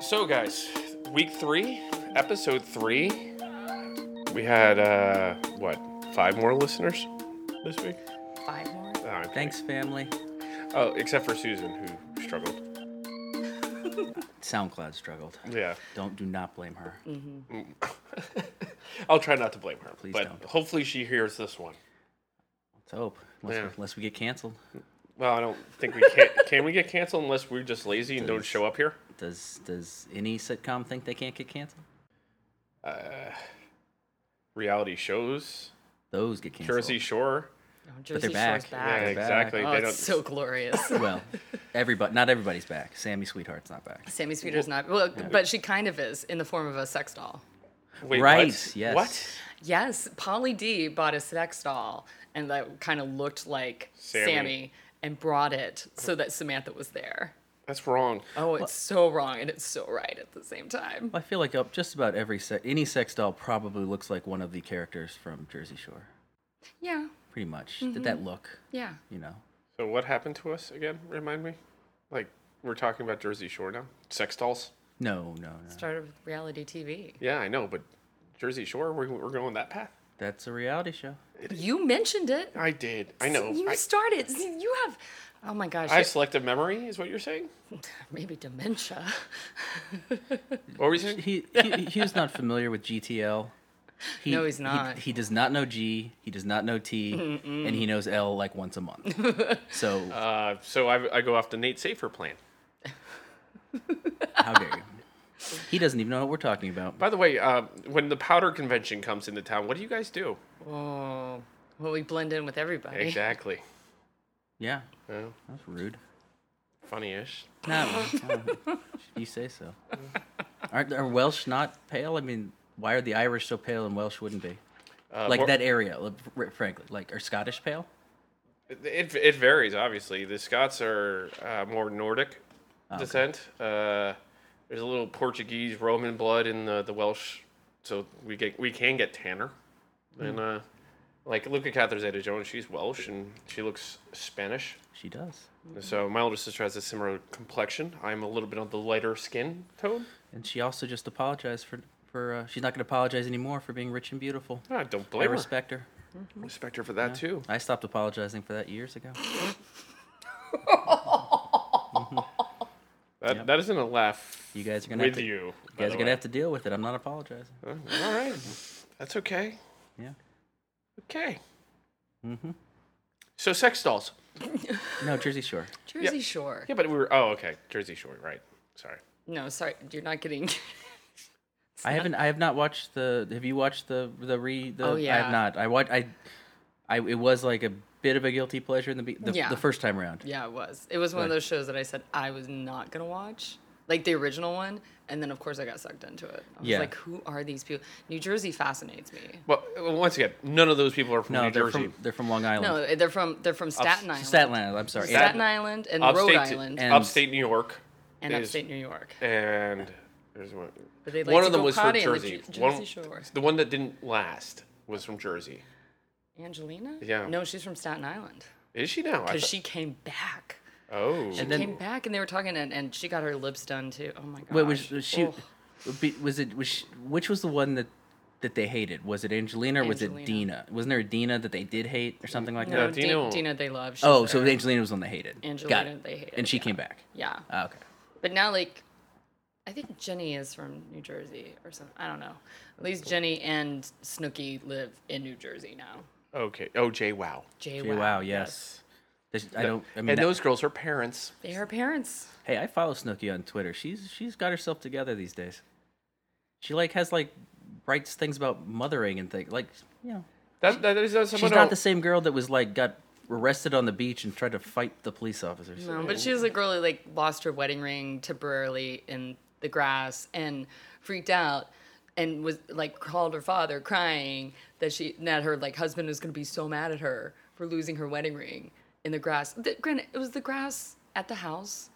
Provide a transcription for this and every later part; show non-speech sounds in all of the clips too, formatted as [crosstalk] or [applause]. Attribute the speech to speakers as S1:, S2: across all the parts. S1: So, guys, week three, episode three. We had uh, what five more listeners this week?
S2: Five more.
S1: Oh, I'm kidding.
S3: Thanks, family.
S1: Oh, except for Susan, who struggled.
S3: SoundCloud struggled.
S1: Yeah,
S3: Don't do not blame her.
S1: [laughs] I'll try not to blame her,
S3: Please
S1: but
S3: don't.
S1: hopefully she hears this one.
S3: Let's hope. Unless,
S1: Yeah.
S3: we, unless we get canceled.
S1: Well, I don't think we can. [laughs] can we get canceled unless we're just lazy and don't
S3: Does-
S1: show up here?
S3: Does does any sitcom think they can't get canceled?
S1: Reality shows,
S3: Those get canceled.
S1: Jersey Shore.
S2: Oh, Jersey
S3: they're back.
S2: Shore's
S1: Yeah,
S2: back.
S3: back.
S1: exactly.
S2: Oh,
S1: they
S2: it's
S1: don't.
S2: so
S1: [laughs]
S2: glorious.
S3: [laughs] Well, everybody, not everybody's back. Sammy Sweetheart's not back.
S2: Sammy Sweeter's not, well, but she kind of is in the form of a sex doll.
S1: wait,
S3: right?
S1: What?
S3: Yes.
S1: What?
S2: Yes, Polly D bought a sex doll, and that kind of looked like
S1: Sammy.
S2: Sammy. and brought it so that Samantha was there.
S1: That's wrong.
S2: Oh, it's so wrong and it's so right at the same time.
S3: Well, I feel like up just about every se- any sex doll probably looks like one of the characters from Jersey Shore.
S2: Yeah,
S3: Pretty much. Did
S2: Mm-hmm.
S3: that look?
S2: yeah.
S3: You know.
S1: So what happened to us again? Remind me. Like we're talking about Jersey Shore now. Sex dolls.
S3: No, no, no.
S2: Started with reality TV.
S1: Yeah, I know, but Jersey Shore, we're, we're going that path.
S3: That's a reality show.
S2: You mentioned it.
S1: I did. I know.
S2: You
S1: I,
S2: started. You have, oh my gosh,
S1: I have selective memory, is what you're saying?
S2: maybe dementia. [laughs]
S1: What were you saying?
S3: He he he's not familiar with GTL. He,
S2: No, he's
S3: he-
S2: not.
S3: He, does not know G. He does not know T, and he knows L like once
S2: [laughs]
S3: a month. so
S1: Uh, so I, I go off the Nate Safer plan.
S3: how dare you? He doesn't even know what we're talking about.
S1: By the way, uh, when the powder convention comes into town, what do you guys do?
S2: Oh, well, we blend in with everybody.
S1: Eh. Exactly.
S3: Yeah,
S1: Well,
S3: that's rude.
S1: funny-ish.
S3: No, no, you say so. Aren't are Welsh not pale? I mean, why are the Irish so pale and Welsh wouldn't be?
S1: Uh,
S3: like
S1: more-
S3: that area, like, fr- frankly. Like, are Scottish pale?
S1: It, it varies, obviously. The Scots are uh, more Nordic
S3: Ah,
S1: descent. Uh, there's a little Portuguese Roman blood in the, the Welsh, so we get we can get tanner.
S3: Hmm.
S1: And uh, like look at Catherine Zeta-Jones, she's Welsh and she looks Spanish.
S3: She does,
S1: So my older sister has a similar complexion. I'm a little bit on the lighter skin tone.
S3: and she also just apologized for for. Uh, she's not going to apologize anymore for being rich and beautiful.
S1: Ah, I don't
S3: I
S1: blame her. Respect,
S3: respect her.
S1: her for that too.
S3: I stopped apologizing for that years ago.
S1: That, that isn't a laugh.
S3: You guys are gonna
S1: with
S3: have to,
S1: you.
S3: you
S1: by
S3: guys
S1: the
S3: are gonna
S1: way.
S3: have to deal with it. I'm not apologizing.
S1: All right, that's okay.
S3: Yeah.
S1: Okay.
S3: Mm-hmm.
S1: So sex dolls.
S3: No, Jersey Shore.
S2: Jersey Shore.
S1: Yeah, but we were. Oh, okay. Jersey Shore, right? Sorry.
S2: No, sorry, you're not getting. [laughs]
S3: I haven't. I have not watched the. Have you watched the the re? The,
S2: Oh,
S3: I
S2: yeah.
S3: have not. I watch. I. I. It was like a bit of a guilty pleasure in the be- the,
S2: Yeah.
S3: the first time around.
S2: yeah, it was. It was one of
S3: Right.
S2: those shows that I said I was not gonna watch, like the original one, and then of course I got sucked into it. I was
S3: Yeah.
S2: like, who are these people? New Jersey fascinates me.
S1: Well, uh, once again, none of those people are from
S3: No,
S1: New
S3: they're
S1: Jersey.
S3: from they're from Long Island.
S2: No, they're from they're from Staten Island.
S3: Um, Staten Island. I'm sorry.
S2: Staten
S3: And-
S2: Island and
S1: upstate,
S2: Rhode Island
S3: and-
S2: and,
S1: upstate New York, is-
S2: upstate New York.
S1: and there's one.
S2: But they like
S1: one
S2: to
S1: of them
S2: go
S1: was from
S2: potty on the
S1: Jersey.
S2: Ju-
S1: one,
S2: Jersey Shore.
S1: The one that didn't last was from Jersey.
S2: Angelina?
S1: Yeah.
S2: No, she's from Staten Island.
S1: Is she now? I
S2: Because
S1: thought-
S2: she came back.
S1: oh,
S2: She
S3: And then-
S2: came back and they were talking and, and she got her lips done too. Oh my god.
S3: Wait, was, was she?
S2: Oh.
S3: be- Was it? Was she, which was the one that that they hated? Was it Angelina or was it
S2: Angelina.
S3: Dina? Wasn't there a Dina that they did hate or something like
S2: No,
S3: that?
S2: Di-
S1: Dino-
S2: Dina, they love. She's
S3: Oh, so
S2: there.
S3: Angelina was the one they hated. Got
S2: Angelina
S3: it.
S2: they hated,
S3: And she
S2: yeah.
S3: came back.
S2: yeah.
S3: Ah, okay.
S2: But now, like, I think Jenny is from New Jersey or something. I don't know. At least Jenny and Snooky live in New Jersey now.
S1: okay. Oh, Jay, wow.
S2: Jay,
S3: Gee, Wow. yes. There's- I don't. I mean,
S1: and
S3: that-
S1: those girls are parents.
S2: They are parents.
S3: hey, I follow Snooki on Twitter. She's she's got herself together these days. She like has like writes things about mothering and things like you know.
S1: That, that is that's
S3: She's
S1: someone.
S3: not
S1: who-
S3: the same girl that was like got arrested on the beach and tried to fight the police officers.
S2: No, but she was a girl who like lost her wedding ring temporarily in the grass and freaked out and was like called her father crying that she that her like husband was gonna be so mad at her for losing her wedding ring in the grass. The, granted, it was the grass at the house.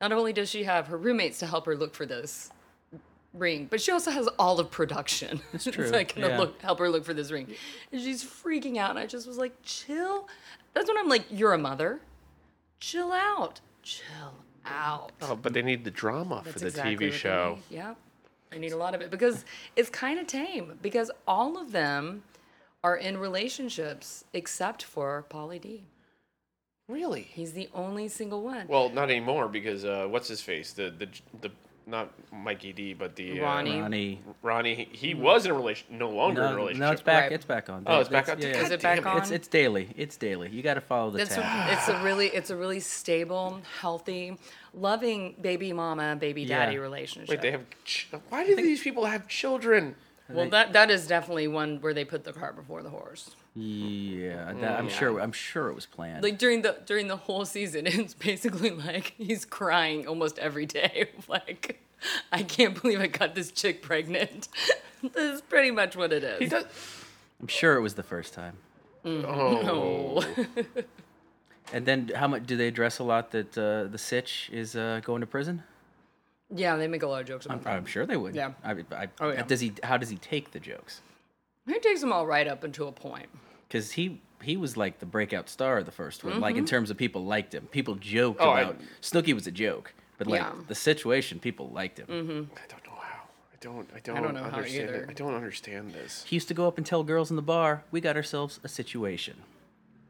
S2: Not only does she have her roommates to help her look for this ring, but she also has all of production. [laughs] That's
S3: true,
S2: like gonna
S3: yeah.
S2: look, help her look for this ring, and she's freaking out. And I just was like, chill. That's when I'm like, you're a mother chill out. Chill out.
S1: Oh, but they need the drama for
S2: That's
S1: the TV
S2: exactly what they
S1: show.
S2: need. Yeah. I need a lot of it because it's kind of tame because all of them are in relationships except for Pauly D.
S1: Really?
S2: He's the only single one.
S1: Well, not anymore because uh, what's his face? The the the not Mikey D, but the uh,
S2: Ronnie.
S3: Ronnie.
S1: Ronnie. He, he was in a relation, no longer in a
S3: No,
S1: relationship.
S3: no, it's back.
S2: Right.
S3: It's back on.
S1: Oh, it's back on?
S3: Yeah,
S1: God
S2: Is it back
S1: damn it.
S2: on?
S3: It's it's daily. It's daily. You got to follow the
S2: That's
S3: tab.
S2: what- it's a really it's a really stable, healthy, loving baby mama, baby daddy
S3: Yeah.
S2: relationship.
S1: Wait, they have. Ch- Why do these people have children?
S2: well, that that is definitely one where they put the cart before the horse.
S3: Yeah,
S1: Mm,
S3: that, I'm sure. I'm sure it was planned.
S2: Like during the during the whole season, [laughs] it's basically like he's crying almost every day. [laughs] Like, I can't believe I got this chick pregnant. [laughs] this is pretty much what it
S1: He
S2: is.
S1: does.
S3: I'm sure it was the first time.
S1: Oh,
S3: And then, how much do they address a lot that uh, the sitch is uh, going to prison?
S2: [laughs] Yeah, they make a lot of jokes about
S3: I'm,
S2: that.
S3: I'm sure they would.
S2: Um, Yeah.
S3: I, mean, I,
S2: Oh, yeah.
S3: Does he? How does he take the jokes?
S2: He takes them all right up until a point.
S3: Because he he was like the breakout star of the first one.
S2: Mm-hmm.
S3: Like in terms of people liked him. People joked
S1: Oh, I-
S3: about Snooki was a joke, but like
S2: Yeah. Mm-hmm.
S3: the situation, people liked him.
S1: I don't know how. I don't. I don't.
S2: know how
S1: understand it.
S2: either.
S1: I don't understand this.
S3: He used to go up and tell girls in the bar, "We got ourselves a situation."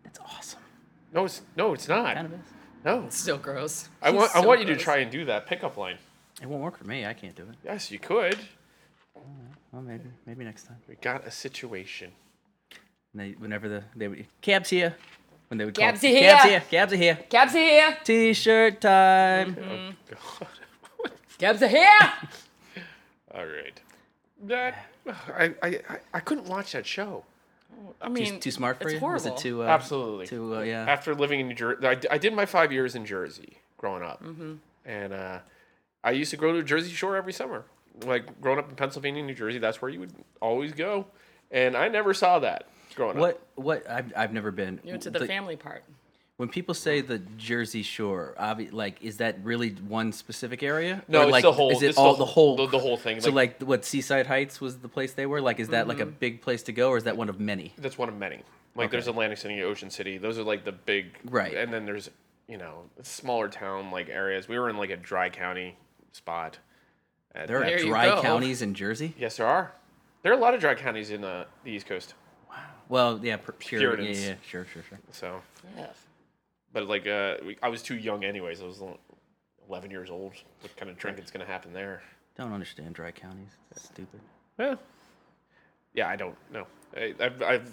S3: That's awesome.
S1: No, it's no, it's not.
S3: Kind of is.
S1: No,
S2: Still gross.
S1: I
S2: He's
S1: want. I
S2: so
S1: want you to
S2: gross.
S1: try and do that pickup line.
S3: It won't work for me. I can't do it.
S1: Yes, you could.
S3: Well, maybe maybe next time.
S1: We got a situation. [laughs]
S3: And they, whenever the they would cabs here, when they would call,
S2: Cabs are here.
S3: cabs here, cabs are here.
S2: Cabs are here.
S3: T-shirt time.
S2: Mm-hmm.
S1: Oh, God.
S2: Cabs
S1: [laughs]
S2: are here.
S1: All right.
S3: [sighs]
S1: That I, I I- I couldn't watch that show.
S2: I
S3: Too-
S2: mean,
S3: too, smart for
S2: it's
S3: you?
S2: Horrible.
S3: Was it too? Uh,
S1: Absolutely.
S3: Too uh, yeah.
S1: After living in New Jersey, I, d- I did my five years in Jersey growing up,
S3: Mm-hmm.
S1: and uh, I used to go to Jersey Shore every summer. Like growing up in Pennsylvania, New Jersey, that's where you would always go, and I never saw that growing up.
S3: What what? I've, I've never been.
S2: You went to the,
S3: The-
S2: family part.
S3: When people say the Jersey Shore, obvi- like is that really one specific area?
S1: No,
S3: Or,
S1: it's
S3: like,
S1: the whole-
S3: Is it
S1: it's the
S3: all the
S1: whole-
S3: whole
S1: the- the whole thing,
S3: So
S1: like-
S3: like, what Seaside Heights was the place they were. Like, is that
S2: Mm-hmm.
S3: like a big place to go, or is that one of many?
S1: That's one of many. Like there's Atlantic City, Ocean City. Those are like the big
S3: Right.
S1: And then there's you know smaller town like areas. We were in like a dry county spot. at-
S3: There are
S2: There you
S3: dry
S2: go.
S3: counties in Jersey.
S1: Yes, there are. There are a lot of dry counties in uh, the East Coast.
S3: Well, yeah, pur- pure,
S1: Puritans.
S3: yeah, yeah, sure, sure, sure.
S1: So,
S2: Yeah.
S1: but like, uh, we, I was too young, anyways. I was l- eleven years old. What kind of drinking's gonna happen there?
S3: Don't understand dry counties. It's stupid.
S1: Yeah. Yeah, I don't know. I, I've, I've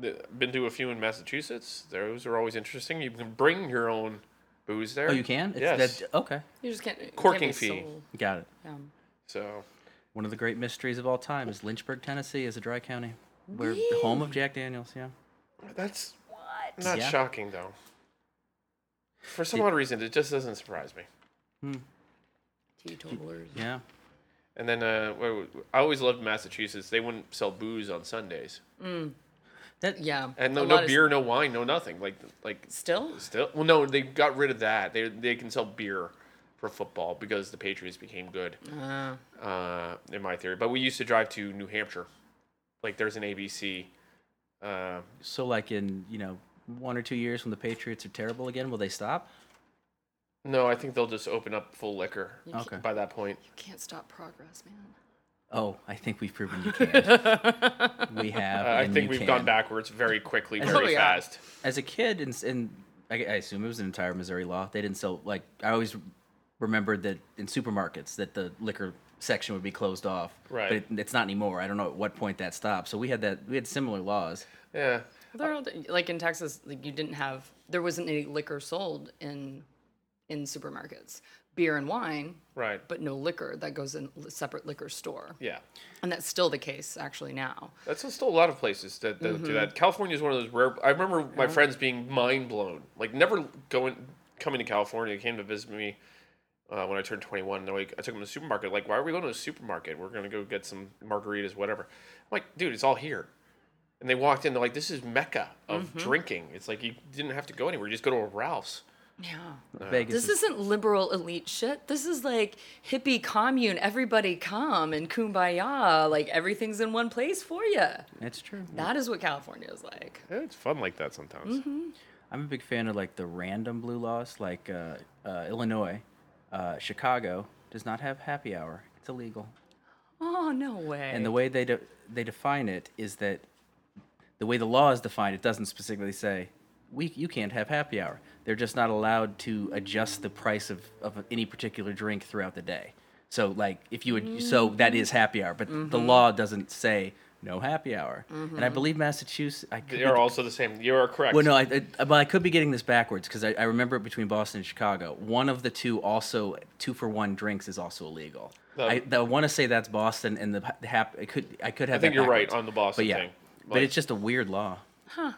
S1: th- been to a few in Massachusetts. Those are always interesting. You can bring your own booze there.
S3: Oh, you can. It's
S1: yes.
S3: that, okay,
S2: You just can't. it can't
S1: Corking
S2: be
S1: fee.
S2: sold. um,
S3: got it.
S2: Yeah.
S1: So
S3: One of the great mysteries of all time is Lynchburg, Tennessee, is a dry county. We're the home of Jack Daniels. Yeah.
S1: that's not
S3: Yeah.
S1: shocking, though. For some odd reason, it just doesn't surprise me.
S2: Teetotalers.
S3: Yeah.
S1: And then uh, wh- wh- I always loved Massachusetts. They wouldn't sell booze on Sundays,
S3: That
S2: Yeah.
S1: and no,
S2: a lot
S1: no
S2: of-
S1: beer, no wine, no nothing. Like like
S2: Still?
S1: Still, well, no, they got rid of that. They they can sell beer for football because the Patriots became good,
S2: Uh,
S1: uh, in my theory. But we used to drive to New Hampshire. Like there's an ABC. Uh,
S3: so like in, you know, one or two years when the Patriots are terrible again, will they stop?
S1: no, I think they'll just open up full liquor
S3: Okay.
S1: by that point.
S2: can't stop progress, man.
S3: Oh, I think we've proven you can. we have.
S1: Uh, I
S3: and
S1: think
S3: you
S1: we've
S3: can.
S1: gone backwards very quickly, very
S2: Oh, yeah.
S1: fast.
S3: As a kid, in, in I, I assume it was an entire Missouri law. They didn't sell like I always remembered that in supermarkets that the liquor section would be closed off.
S1: Right.
S3: But it, it's not anymore. I don't know at what point that stopped. So we had that. We had similar laws.
S1: Yeah.
S2: Well, they're all di- like in Texas, like you didn't have there wasn't any liquor sold in in supermarkets. Beer and wine,
S1: Right.
S2: but no liquor. That goes in a separate liquor store,
S1: Yeah.
S2: and that's still the case actually now.
S1: That's still a lot of places that, that
S2: Mm-hmm.
S1: do that. California is one of those rare. I remember my friends being mind blown, like never going coming to California. They came to visit me uh, when I turned twenty one. And like, I took them to the supermarket. Like, why are we going to the supermarket? We're gonna go get some margaritas, whatever. I'm like, dude, it's all here. And they walked in. They're like, this is mecca of
S2: Mm-hmm.
S1: drinking. It's like you didn't have to go anywhere. You just go to a Ralph's.
S2: Yeah.
S1: Uh,
S3: Vegas.
S2: This
S3: is,
S2: isn't liberal elite shit. This is like hippie commune. Everybody come and kumbaya. Like everything's in one place for you.
S3: that's true.
S2: That is what California is like.
S1: Mm-hmm. Yeah, It's fun like that sometimes.
S3: I'm a big fan of like the random blue laws, like uh, uh, Illinois, uh, Chicago does not have happy hour. It's illegal.
S2: Oh no way.
S3: And the way they de- they define it is that the way the law is defined, it doesn't specifically say we you can't have happy hour. They're just not allowed to adjust the price of, of any particular drink throughout the day. So like if you would so that is happy hour, but the law doesn't say no happy hour. And I believe Massachusetts. I could
S1: They
S3: be-
S1: are also the same. You are correct.
S3: well, no, I, I, but I could be getting this backwards because I, I remember between Boston and Chicago, one of the two also two for one drinks is also illegal.
S1: The-
S3: I, I want to say that's Boston, and the, the hap, I could I could have.
S1: think
S3: that
S1: you're right
S3: backwards.
S1: on the Boston
S3: but yeah,
S1: thing,
S3: But
S1: like-
S3: it's just a weird law. Huh.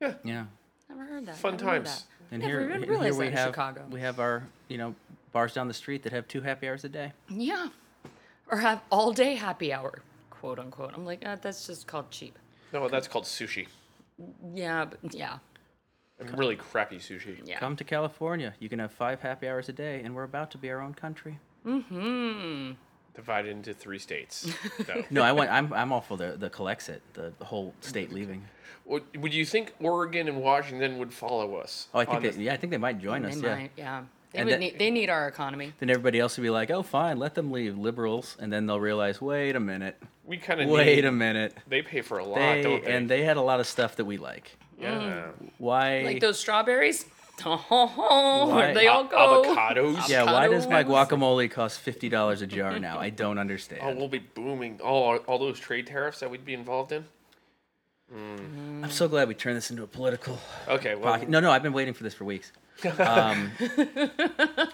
S3: Yeah. Yeah.
S2: Never heard that.
S1: Fun
S2: Never heard
S1: times.
S2: That.
S3: And
S2: Never
S3: here,
S2: even
S3: and here
S2: realized
S3: we
S2: that in
S3: have
S2: Chicago.
S3: we have our you know bars down the street that have two happy hours a day.
S2: Yeah. Or have all day happy hour, quote unquote. I'm like, uh, that's just called cheap.
S1: no, that's called sushi.
S2: Yeah, but yeah,
S1: Really crappy sushi.
S2: yeah.
S3: Come to California, you can have five happy hours a day, and we're about to be our own country.
S1: Divided into three states.
S2: [laughs]
S1: No.
S3: No, I want. I'm I'm all for the the collects it, the, the whole state leaving.
S1: Would would you think Oregon and Washington would follow us?
S3: Oh, I think
S1: on
S3: they,
S1: this?
S3: yeah, I think they might join
S2: They
S3: us. yeah.
S2: might, yeah. They,
S3: And
S2: would
S3: that-
S2: need, they need our economy.
S3: Then everybody else will be like, "Oh, fine, let them leave, liberals." And then they'll realize, "Wait a minute,
S1: we kind of
S3: wait a minute."
S1: They pay for a lot,
S3: They,
S1: don't they?
S3: and they had a lot of stuff that we like.
S1: yeah. Mm.
S3: Why?
S2: Like those strawberries? [laughs] Oh,
S3: Why-
S2: they all
S1: A-
S2: go.
S1: Avocados.
S3: yeah, why does my
S2: avocados.
S3: guacamole cost fifty dollars a jar now? I
S1: [laughs]
S3: don't understand.
S1: Oh, we'll be booming. All all those trade tariffs that we'd be involved in.
S3: I'm so glad we turned this into a political
S1: Okay, well,
S3: pocket. No, no, I've been waiting for this for weeks.
S2: [laughs]
S3: Um,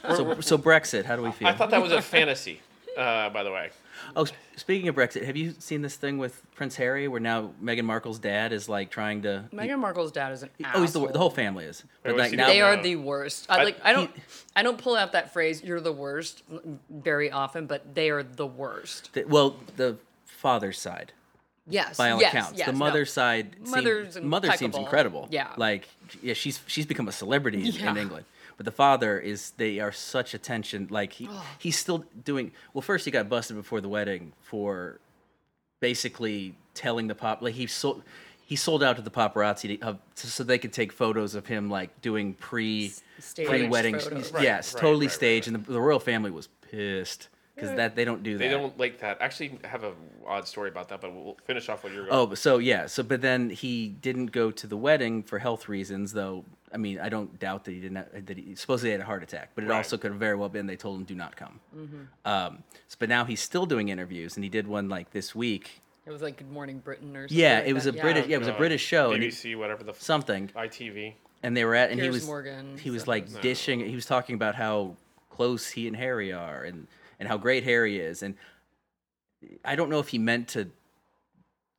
S3: so, so Brexit, how do we feel?
S1: I thought that was a fantasy. Uh, by the
S3: [laughs]
S1: way,
S3: Oh, s- speaking of Brexit, have you seen this thing with Prince Harry, where now Meghan Markle's dad is like trying to?
S2: Meghan Markle's dad is an
S3: oh, he's the wor- the whole
S2: asshole.
S3: family is.
S1: Wait,
S3: But
S1: wait,
S3: like
S1: see,
S3: now,
S2: They are
S1: No.
S2: the worst. I
S1: I-
S2: like. I don't. I don't pull out that phrase "you're the worst" very often, but they are the worst.
S3: The, well, the father's side,
S2: Yes.
S3: by all
S2: yes,
S3: accounts,
S2: Yes,
S3: the
S2: no.
S3: mother's side, seem-
S2: Mother's
S3: mother seems
S2: impeccable.
S3: incredible.
S2: Yeah.
S3: like yeah, she's she's become a celebrity in-
S2: Yeah.
S3: in England. But the father is they are such a tension. Like he, he's still doing well. First, he got busted before the wedding for basically telling the pop like he sold he sold out to the paparazzi to, uh, so so they could take photos of him like doing pre
S2: staged
S3: pre wedding.
S2: photos.
S1: Right,
S3: yes,
S1: right,
S3: totally
S1: right, right,
S3: staged, and the, the royal family was pissed because that they don't do that.
S1: they don't like that. Actually, I have a odd story about that, but we'll finish off what you're.
S3: Oh, but so yeah, so but then he didn't go to the wedding for health reasons, though. I mean, I don't doubt that he didn't. Have, that he supposedly had a heart attack, but it
S1: Right.
S3: also could have very well been they told him do not come. Um, so, but now he's still doing interviews, and he did one like this week.
S2: It was like Good Morning Britain or something.
S3: Yeah,
S2: like
S3: it was
S2: that.
S3: a British. Yeah, it was a
S1: Uh,
S3: British show, and he-
S1: BBC, whatever the f-
S3: oh, something.
S1: ITV.
S3: And they were at, and he
S2: Piers
S3: was
S2: Morgan,
S3: he was
S2: something.
S3: like dishing. He was talking about how close he and Harry are, and and how great Harry is, and I don't know if he meant to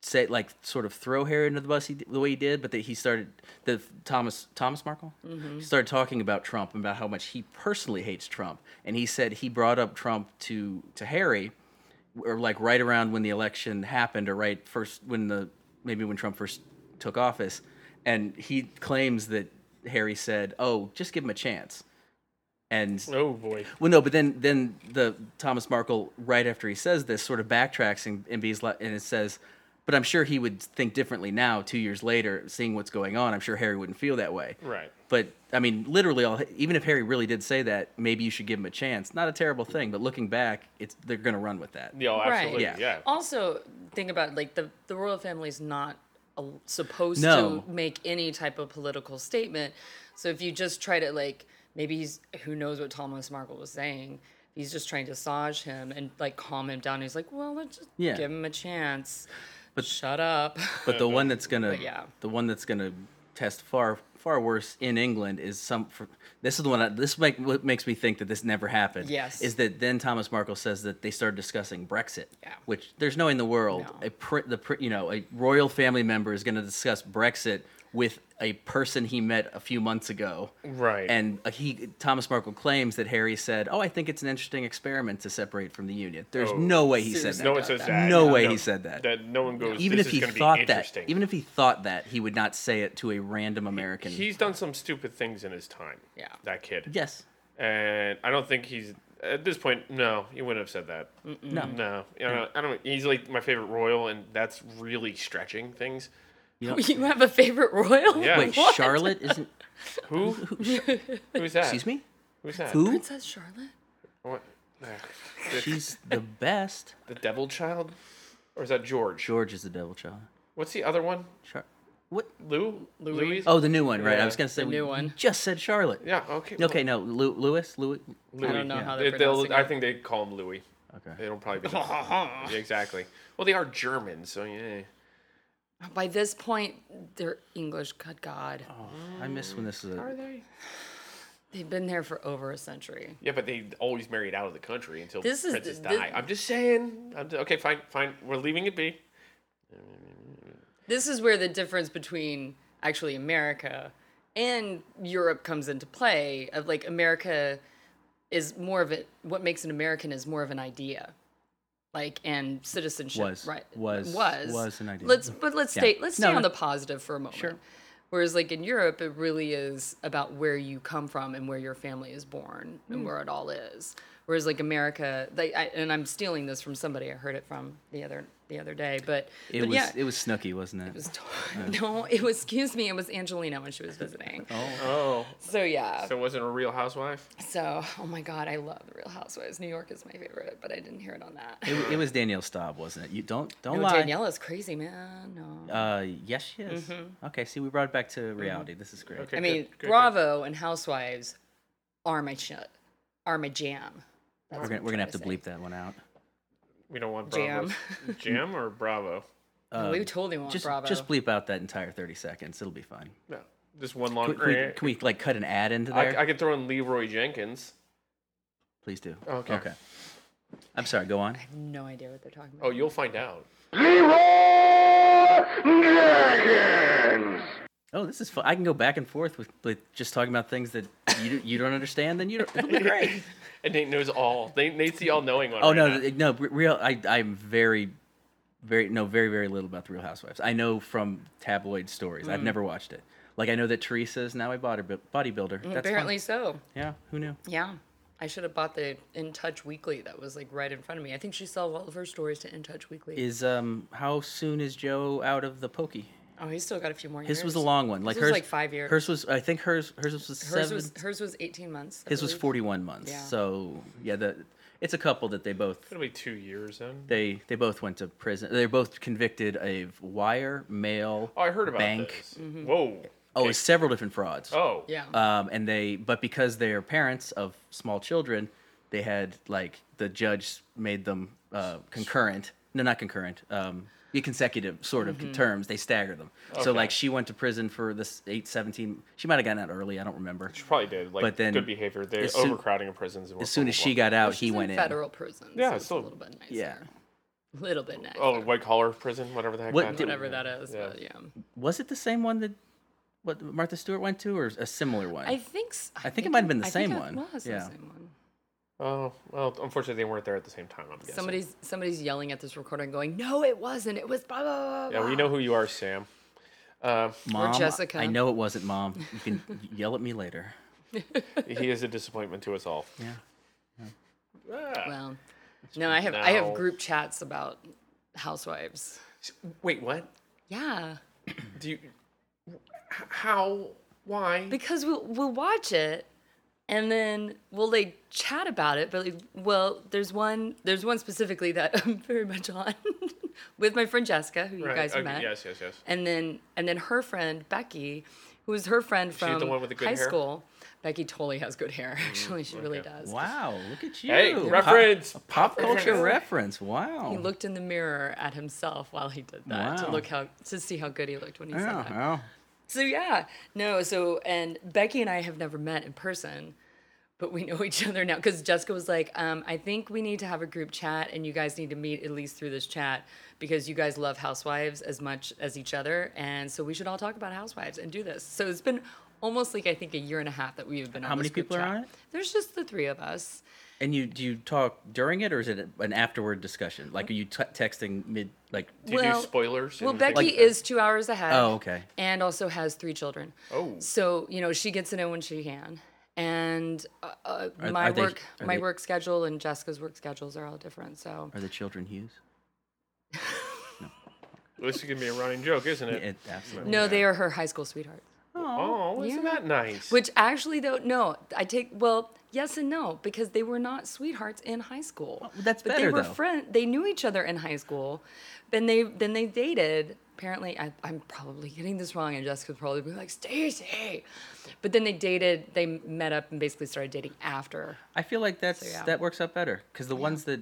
S3: say like sort of throw Harry into the bus he, d- the way he did, but that he started the Thomas Thomas Markle
S2: Mm-hmm.
S3: he started talking about Trump and about how much he personally hates Trump, and he said he brought up Trump to to Harry, or like right around when the election happened, or right first when the maybe when Trump first took office, and he claims that Harry said, "Oh, just give him a chance," and
S1: Oh boy.
S3: well, no, but then then the Thomas Markle right after he says this sort of backtracks and and, bees, and it says, but I'm sure he would think differently now, two years later, seeing what's going on. I'm sure Harry wouldn't feel that way.
S1: Right.
S3: But I mean, literally, all even if Harry really did say that, maybe you should give him a chance. Not a terrible thing, but looking back, it's they're gonna run with that.
S1: Yeah, oh,
S2: Right.
S1: absolutely.
S3: Yeah.
S1: Yeah.
S2: Also, think about like the the royal family's not al- supposed
S3: No.
S2: to make any type of political statement. So if you just try to like maybe he's who knows what Thomas Markle was saying. He's just trying to massage him and like calm him down. He's like, well, let's just
S3: Yeah.
S2: give him a chance.
S3: But-
S2: shut up. [laughs]
S3: But the one that's gonna,
S2: But yeah.
S3: the one that's gonna test far far worse in England is some. For, this is the one. I, this make, what makes me think that this never happened.
S2: Yes.
S3: is that then Thomas Markle says that they started discussing Brexit.
S2: Yeah.
S3: which there's no way in the world
S2: No.
S3: a pri- the pri- you know a royal family member is gonna discuss Brexit with a person he met a few months ago.
S1: Right.
S3: And uh, he Thomas Markle claims that Harry said, "Oh, I think it's an interesting experiment to separate from the union." There's
S1: Oh.
S3: no way he
S2: Seriously.
S3: said that.
S1: no one says
S2: that.
S1: that.
S3: No way he said that.
S1: no one goes.
S3: even
S1: this
S3: if
S1: is
S3: he
S1: gonna be
S3: thought that
S1: interesting."
S3: even if he thought that he would not say it to a random american
S1: he's done some stupid things in his time.
S2: Yeah.
S1: That kid.
S3: yes
S1: And I don't think he's at this point. No, he wouldn't have said that.
S3: no
S1: No, I don't, I don't. He's like my favorite royal, and that's really stretching things.
S2: [laughs]
S3: You know,
S2: You have a favorite royal?
S1: Yeah.
S3: wait,
S2: What?
S1: [laughs]
S3: Charlotte isn't.
S1: Who?
S2: [laughs]
S1: Who's that?
S3: Excuse me.
S1: Who's that?
S3: Who?
S1: [laughs]
S2: Princess Charlotte?
S1: What? Ugh. The,
S3: She's the best.
S1: the devil child? Or is that George?
S3: George is the devil child.
S1: What's the other one?
S3: Char- what?
S1: Lou?
S2: Louis?
S1: Louise?
S3: Oh, the new one, right? I
S1: Yeah.
S3: was gonna say
S2: The
S3: we,
S2: new
S3: you
S2: one.
S3: Just said Charlotte.
S1: Yeah, okay.
S3: Okay, no, Lu- Louis, Louis.
S1: Louis.
S2: I don't know
S1: yeah.
S2: how they're
S1: They- they'll-
S2: pronouncing
S1: I
S2: it.
S1: think they call him Louis.
S3: Okay.
S1: It'll
S2: [laughs]
S1: probably be. the- Yeah, exactly. Well, they are German, so yeah.
S2: By this point, they're English. God, God,
S3: I miss when this is.
S1: Are
S3: A,
S1: they?
S2: they've been there for over a century.
S1: Yeah, but they always married out of the country until
S2: This is
S1: princess
S2: the-
S1: die. I'm just saying. I'm just, okay, fine, fine. We're leaving it be.
S2: This is where the difference between actually America and Europe comes into play. Of like America is more of it. What makes an American is more of an idea, like and citizenship.
S3: Was.
S2: right?
S3: Was.
S2: was
S3: Was an idea.
S2: Let's but let's
S3: Yeah.
S2: stay let's stay
S3: No,
S2: on
S3: no.
S2: the positive for a moment. Whereas like in Europe, it really is about where you come from and where your family is born and
S3: Hmm.
S2: where it all is. Whereas like America, they, I, and I'm stealing this from somebody I heard it from the other the other day, but
S3: it
S2: but
S3: was.
S2: yeah,
S3: It was Snooky, wasn't it?
S2: was to- [laughs] no, it was excuse me, it was Angelina when she was visiting.
S1: Oh,
S2: So yeah,
S1: so it wasn't a Real Housewife.
S2: so oh my God, I love The Real Housewives. New York is my favorite, but I didn't hear it on that.
S3: It, wa- it was Danielle Staub, wasn't it? You don't
S2: [laughs]
S3: don't
S2: No,
S3: lie.
S2: Daniela's crazy, man. No.
S3: Uh, yes, she is.
S2: Mm-hmm.
S3: Okay, see, we brought it back to reality. This is great.
S1: Mm-hmm. Okay.
S2: I mean,
S1: good, good, good.
S2: Bravo and Housewives are my shit, are my jam. That's
S3: We're
S2: what
S3: gonna
S2: I'm
S3: we're gonna
S2: trying
S3: have to
S2: say.
S3: bleep that one out.
S1: We don't want
S2: Jam.
S1: Bravo.
S3: [laughs]
S1: Jam or Bravo?
S2: No, we totally want
S3: Uh, Just
S2: Bravo.
S3: just bleep out that entire thirty seconds. It'll be fine.
S1: No, just one long.
S3: Can, can we, can we like cut an ad into there?
S1: I, I could throw in Leroy Jenkins.
S3: Please do.
S1: Oh, Okay.
S3: Okay. I'm sorry. Go on.
S2: no idea what they're talking about.
S1: Oh, you'll find out.
S3: Oh, this is fun. I can go back and forth with, with just talking about things that you you don't understand. Then you don't.
S1: [laughs]
S3: It'll be great.
S1: And Nate knows all. Nate, Nate's
S3: [laughs]
S1: the all-knowing one.
S3: Oh
S1: right
S3: no,
S1: now.
S3: th- no, re- real. I I'm very, very no, very very little about the Real Housewives. I know from tabloid stories.
S2: Mm.
S3: I've never watched it. Like I know that Teresa is now a body bodybuilder. That's fun.
S2: Mm, Apparently so.
S3: yeah. Who knew?
S2: Yeah. I should have bought the In Touch Weekly that was like right in front of me. I think she sold all of her stories to In Touch Weekly.
S3: Is um how soon is Joe out of the pokey?
S2: oh, he's still got a few more years.
S3: His was a long one. Like
S2: His
S3: hers
S2: was like five years.
S3: Hers was I think hers hers was seven.
S2: Hers was hers was 18 months. I
S3: his was
S2: believe.
S3: 41 months.
S2: Yeah.
S3: So yeah, the it's a couple that they both
S1: It'll be two years then.
S3: they they both went to prison. They're both convicted of wire, mail,
S1: Oh, I heard about
S3: bank.
S1: this. Whoa.
S3: Oh, it's several different frauds.
S1: Oh.
S2: Yeah.
S3: um, and they but because they're parents of small children they had like the judge made them uh, concurrent no not concurrent um, yeah, consecutive sort of terms they stagger them so like she went to prison for this 8 17 she might have gotten out early i don't remember
S1: She probably did. Like
S3: But then-
S1: good behavior. They're
S3: as soon-
S1: overcrowding in prisons. and
S3: as soon
S1: blah,
S3: as
S1: blah,
S3: she
S1: blah.
S3: got out
S2: She's
S3: he went in
S2: federal prison.
S1: Yeah, it's
S2: so it's
S1: still-
S2: a little bit nicer.
S3: yeah
S2: A little bit nicer.
S1: Oh, white collar prison, whatever the heck.
S3: What
S1: that-
S3: did-
S2: whatever that is.
S1: Yeah.
S2: But yeah.
S3: was it the same one that what martha stewart went to or a similar one
S2: I think s- I,
S3: think it might have been the
S2: I
S3: same
S2: think
S3: one.
S2: It was
S3: Yeah.
S2: the same one.
S1: Oh well, unfortunately they weren't there at the same time. I'm guessing.
S2: Somebody's somebody's yelling at this recording, going, "No, it wasn't. It was blah blah blah."
S1: Yeah, we know who you are, Sam. Um,
S3: mom I-
S2: Jessica.
S3: i know it wasn't mom you can [laughs] yell at me later
S1: he
S2: [laughs]
S1: is a disappointment to us all.
S3: yeah
S1: Ah.
S2: Well, no, I have I have
S1: now.
S2: group chats about housewives.
S1: Wait, what?
S2: Yeah,
S1: Do you? h- How? Why?
S2: because we'll we'll watch it, and then we'll like chat about it. But like, well, there's one there's one specifically that [laughs] I'm very much on with my friend Jessica, who you
S1: Right,
S2: guys have
S1: okay,
S2: met,
S1: Yes, yes, yes.
S2: and then and then her friend Becky, who is her friend
S1: the
S2: from
S1: one with the good
S2: high
S1: hair? Mm,
S2: school. Becky totally has good hair. [laughs] Actually, she really
S1: okay.
S2: does.
S3: wow look at you
S1: Hey,
S3: Pop-
S1: reference.
S3: a pop culture
S1: reference.
S3: reference wow
S2: He looked in the mirror at himself while he did that to
S3: Wow.
S2: look how to see how good he looked when he said
S3: Yeah,
S2: that.
S3: yeah.
S2: So yeah, no. So and Becky and I have never met in person, but we know [laughs] each other now because Jessica was like, um, "I think we need to have a group chat, and you guys need to meet at least through this chat because you guys love Housewives as much as each other, and so we should all talk about Housewives and do this." So it's been almost like I think a year and a half that we've been.
S3: How
S2: on
S3: many
S2: this group
S3: people are
S2: chat.
S3: on it?
S2: There's just the three of us.
S3: And you do you talk during it or is it an afterward discussion? Like are you t- texting mid like
S1: Do you do spoilers?
S2: Well,
S1: and things
S2: Becky
S1: like that?
S2: is two hours ahead.
S3: Oh, okay.
S2: And also has three children.
S1: Oh.
S2: So you know she gets to know when she can. And uh, uh,
S3: Are-
S2: my
S3: are they-
S2: work,
S3: are
S2: my
S3: they-
S2: work schedule, and Jessica's work schedules are all different. So
S3: are the children Hughes?
S1: This is gonna be a running joke, isn't it?
S3: It, absolutely.
S2: No, they are her high school sweethearts.
S1: oh, isn't
S2: yeah.
S1: that nice?
S2: Which actually, though, no, I take well, yes and no, because they were not sweethearts in high school.
S3: that's
S2: but
S3: better,
S2: they were
S3: though.
S2: friend. They knew each other in high school. Then they then they dated. Apparently, I, I'm probably getting this wrong, and Jessica's probably be like Stacy. But then they dated. They met up and basically started dating after.
S3: I feel like that's
S2: So, yeah.
S3: that works out better because the ones that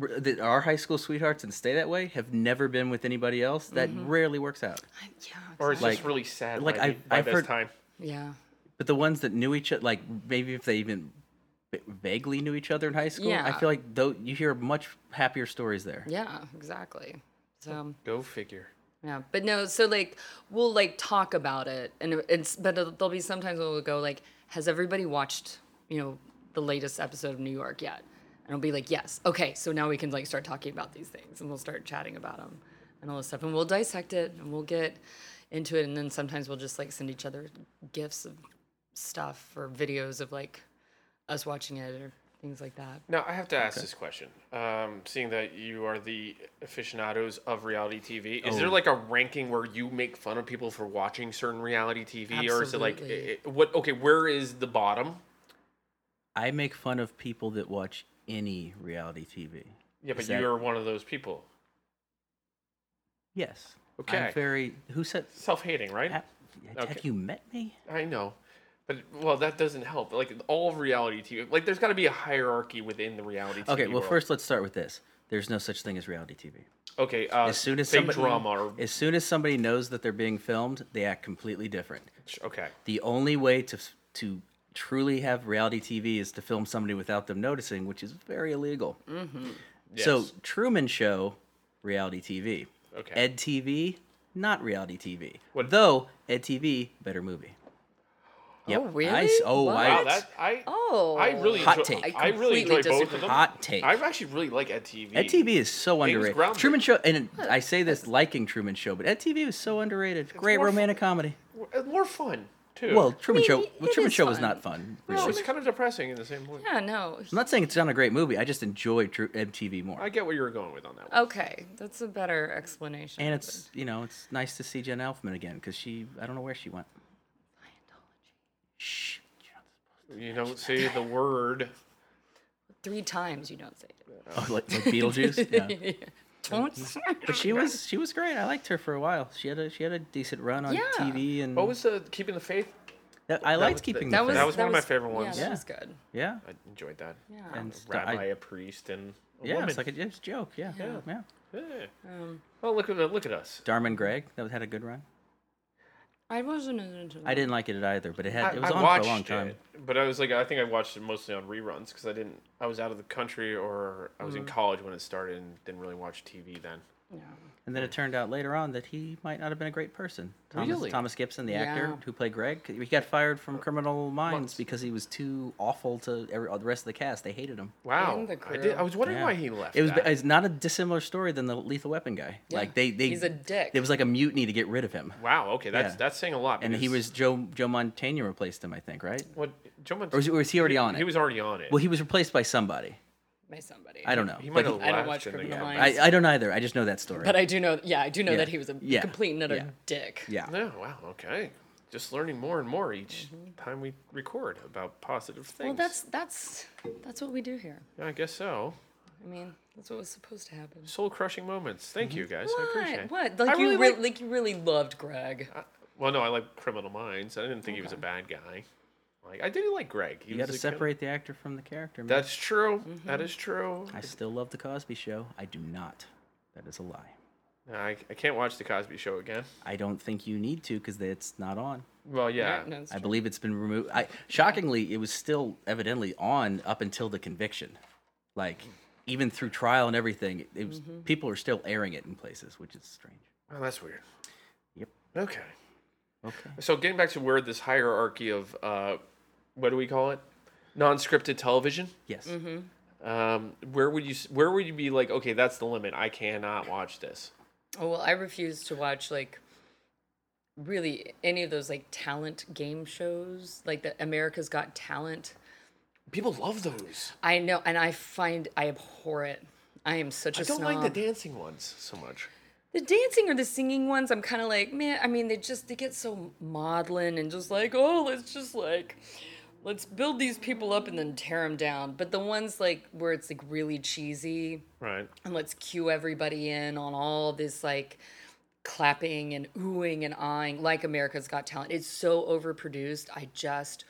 S3: r- that are high school sweethearts and stay that way have never been with anybody else. That
S2: Mm-hmm.
S3: rarely works out.
S2: I, yeah.
S1: or it's
S3: Like-
S1: just really sad.
S3: like,
S1: Like
S3: I-
S1: I, by
S3: I've
S1: this
S3: heard-
S1: time,
S2: yeah.
S3: But the ones that knew each other, like maybe if they even v- vaguely knew each other in high school, I
S2: Yeah.
S3: feel like though you hear much happier stories there.
S2: Yeah. Exactly. So.
S1: go figure.
S2: Yeah, but no, so like we'll like talk about it, and it's but it'll- there'll be sometimes when we'll go like, has everybody watched you know the latest episode of New York yet? And it'll be like, yes, okay, so now we can like start talking about these things, and we'll start chatting about them and all this stuff, and we'll dissect it, and we'll get into it, and then sometimes we'll just like send each other gifts of stuff or videos of like us watching it or things like that.
S1: Now I have to ask this question. Um, seeing that you are the aficionados of reality TV,
S3: Oh.
S1: is there like a ranking where you make fun of people for watching certain reality TV, or is it like
S2: Absolutely.
S1: i- i- what? Okay, where is the bottom?
S3: I make fun of people that watch any reality TV.
S1: Yeah, but
S3: Is that-
S1: you're one of those people,
S3: Yes.
S1: Okay.
S3: I'm very. Who said?
S1: self-hating, right?
S3: Have,
S1: Okay.
S3: have you met me?
S1: I know. But well, that doesn't help. Like all of reality TV, like there's got to be a hierarchy within the reality TV.
S3: Okay. Well,
S1: world.
S3: first let's start with this. There's no such thing as reality TV.
S1: okay. Uh,
S3: as soon as
S1: fake
S3: somebody
S1: drama, or,
S3: as soon as somebody knows that they're being filmed, they act completely different.
S1: okay,
S3: The only way to to truly have reality TV is to film somebody without them noticing, which is very illegal. So
S1: Mm-hmm. Yes.
S3: Truman Show, reality TV.
S1: Okay.
S3: Ed TV, not reality TV.
S1: What-
S3: Though Ed TV, better movie. Yep.
S2: Oh, really?
S3: I, s- oh, I,
S1: wow,
S2: What?
S1: that I
S2: Oh.
S1: I really
S3: Hot
S1: enjoy,
S3: take.
S1: I, really
S2: completely
S1: enjoy both
S2: disagree.
S1: of them.
S3: hot take.
S1: Oh,
S3: E
S1: I actually really like E Ed TV.
S3: Ed TV is so underrated.
S1: groundbreaking.
S3: Truman Show, and I say this liking Truman Show, but Ed TV was so underrated. Great
S1: more fun.
S3: romantic comedy.
S1: It's Uh, more fun too.
S3: Well, Truman
S2: mean,
S3: Show,
S2: it-
S3: well,
S2: it
S3: Truman
S2: is
S3: Show was
S2: fun.
S3: not fun.
S1: no,
S3: really.
S1: it's kind of depressing in the same way.
S2: Yeah, no,
S3: I'm not saying it's not a great movie. I just enjoy Tru- MTV more.
S1: I get where you were going with on that.
S2: Uh,
S1: One.
S2: Okay, that's a better explanation.
S3: and it's you know it's nice to see Jen Elfman again because she I don't know where she went. Shh.
S1: You don't say the word.
S2: three times you don't say it.
S3: Oh, like, like
S2: [laughs]
S3: Beetlejuice. Yeah.
S2: Don't [laughs]
S3: But she was she was great. I liked her for a while. She had a she had a decent run on
S2: Yeah.
S3: TV and
S1: What was the Keeping the Faith?
S3: that- I liked
S1: was-
S3: keeping
S1: that
S3: the
S1: was-
S3: Faith.
S1: one of my favorite ones.
S2: Yeah, that
S3: Yeah.
S2: was good.
S3: yeah
S1: I enjoyed that.
S2: Yeah.
S3: and st-
S1: Rabbi,
S3: I,
S1: a priest, and a
S3: yeah
S1: woman.
S3: it's like a, it's a joke yeah yeah.
S1: Yeah.
S2: Um,
S1: well, look at look at us.
S3: Darman Greg that had a good run.
S2: I wasn't into that.
S3: I didn't like it either, but it had
S1: I-
S3: it was
S1: I
S3: on
S1: watched
S3: for a long time.
S1: It, but I was like, I think I watched it mostly on reruns because I didn't. I was out of the country or I
S2: Mm.
S1: was in college when it started and didn't really watch TV then.
S2: Yeah.
S3: And then it turned out later on that he might not have been a great person. Thomas,
S1: Really?
S3: Thomas Gibson, the actor
S2: Yeah.
S3: who played Greg, he got fired from Criminal Minds because he was too awful to every, the rest of the cast. They hated him.
S1: Wow,
S2: And the
S1: I did. I
S2: crew.
S1: was wondering
S3: Yeah.
S1: why he left.
S3: It was
S1: that.
S3: it's not a dissimilar story than the Lethal Weapon guy. Like they, they
S2: He's a dick.
S3: It was like a mutiny to get rid of him.
S1: wow. Okay, that's
S3: Yeah.
S1: that's saying a lot.
S3: And he
S1: because-
S3: was Joe Joe Montaigne replaced him, I think, right?
S1: what? Joe Mont-
S3: Or was, or was he already on it?
S1: He was already on it.
S3: well, he was replaced by somebody.
S2: By somebody.
S3: I don't know.
S1: he might
S3: But
S1: have
S2: I don't
S1: left
S2: watch
S1: and then
S2: Criminal
S1: come
S2: Minds.
S1: back.
S3: I, I don't either. I just know that story.
S2: But I do know, yeah, I do know
S3: Yeah.
S2: that he was a
S3: Yeah.
S2: complete and utter
S3: Yeah.
S2: dick.
S3: yeah.
S1: Yeah. Wow. Okay. Just learning more and more each time we record about positive things.
S2: Mm-hmm. Well, that's that's that's what we do here.
S1: Yeah, I guess so.
S2: I mean, that's what was supposed to happen.
S1: Soul crushing moments. Thank you guys. I appreciate
S2: Mm-hmm. What?
S1: it.
S2: What?
S1: I
S2: Like you
S1: really
S2: really,
S1: like- uh,
S2: like you really loved Greg.
S1: Well, no, I like Criminal Minds. I didn't think he was a bad guy. Like I did like Greg. He
S3: You
S1: was
S3: got
S1: a
S3: to
S1: kind of-
S3: separate the actor from the character.
S1: [laughs]
S3: Man.
S1: That's true. That
S2: Mm-hmm.
S1: is true.
S3: I still love the Cosby Show. I do not. That is a lie.
S1: I, I can't watch the Cosby Show again.
S3: I don't think you need to because it's not on.
S1: Well, yeah.
S2: No, it's
S3: I
S2: true.
S3: believe it's been removed. I, shockingly, it was still evidently on up until the conviction. Like even through trial and everything, it was
S1: Mm-hmm.
S3: people are still airing it in places, which is strange.
S1: Well, Oh, that's weird.
S3: Yep.
S1: Okay.
S3: Okay.
S1: So getting back to where this hierarchy of uh, what do we call it? Non-scripted television.
S3: Yes.
S1: Um, where would you s- where would you be like? Okay, that's the limit. I cannot watch this.
S2: Oh, well, I refuse to watch like really any of those like talent game shows, like the America's Got Talent.
S1: People love those.
S2: I know, and I find I abhor it. I am such a
S1: I don't
S2: snob.
S1: like the dancing ones so much.
S2: The dancing or the singing ones, I'm kind of like, man. I mean, they just they get so maudlin and just like, oh, let's just like, let's build these people up and then tear them down. But the ones like where it's like really cheesy
S1: Right.
S2: and let's cue everybody in on all this like clapping and oohing and ahhing, like America's Got Talent. It's so overproduced. I just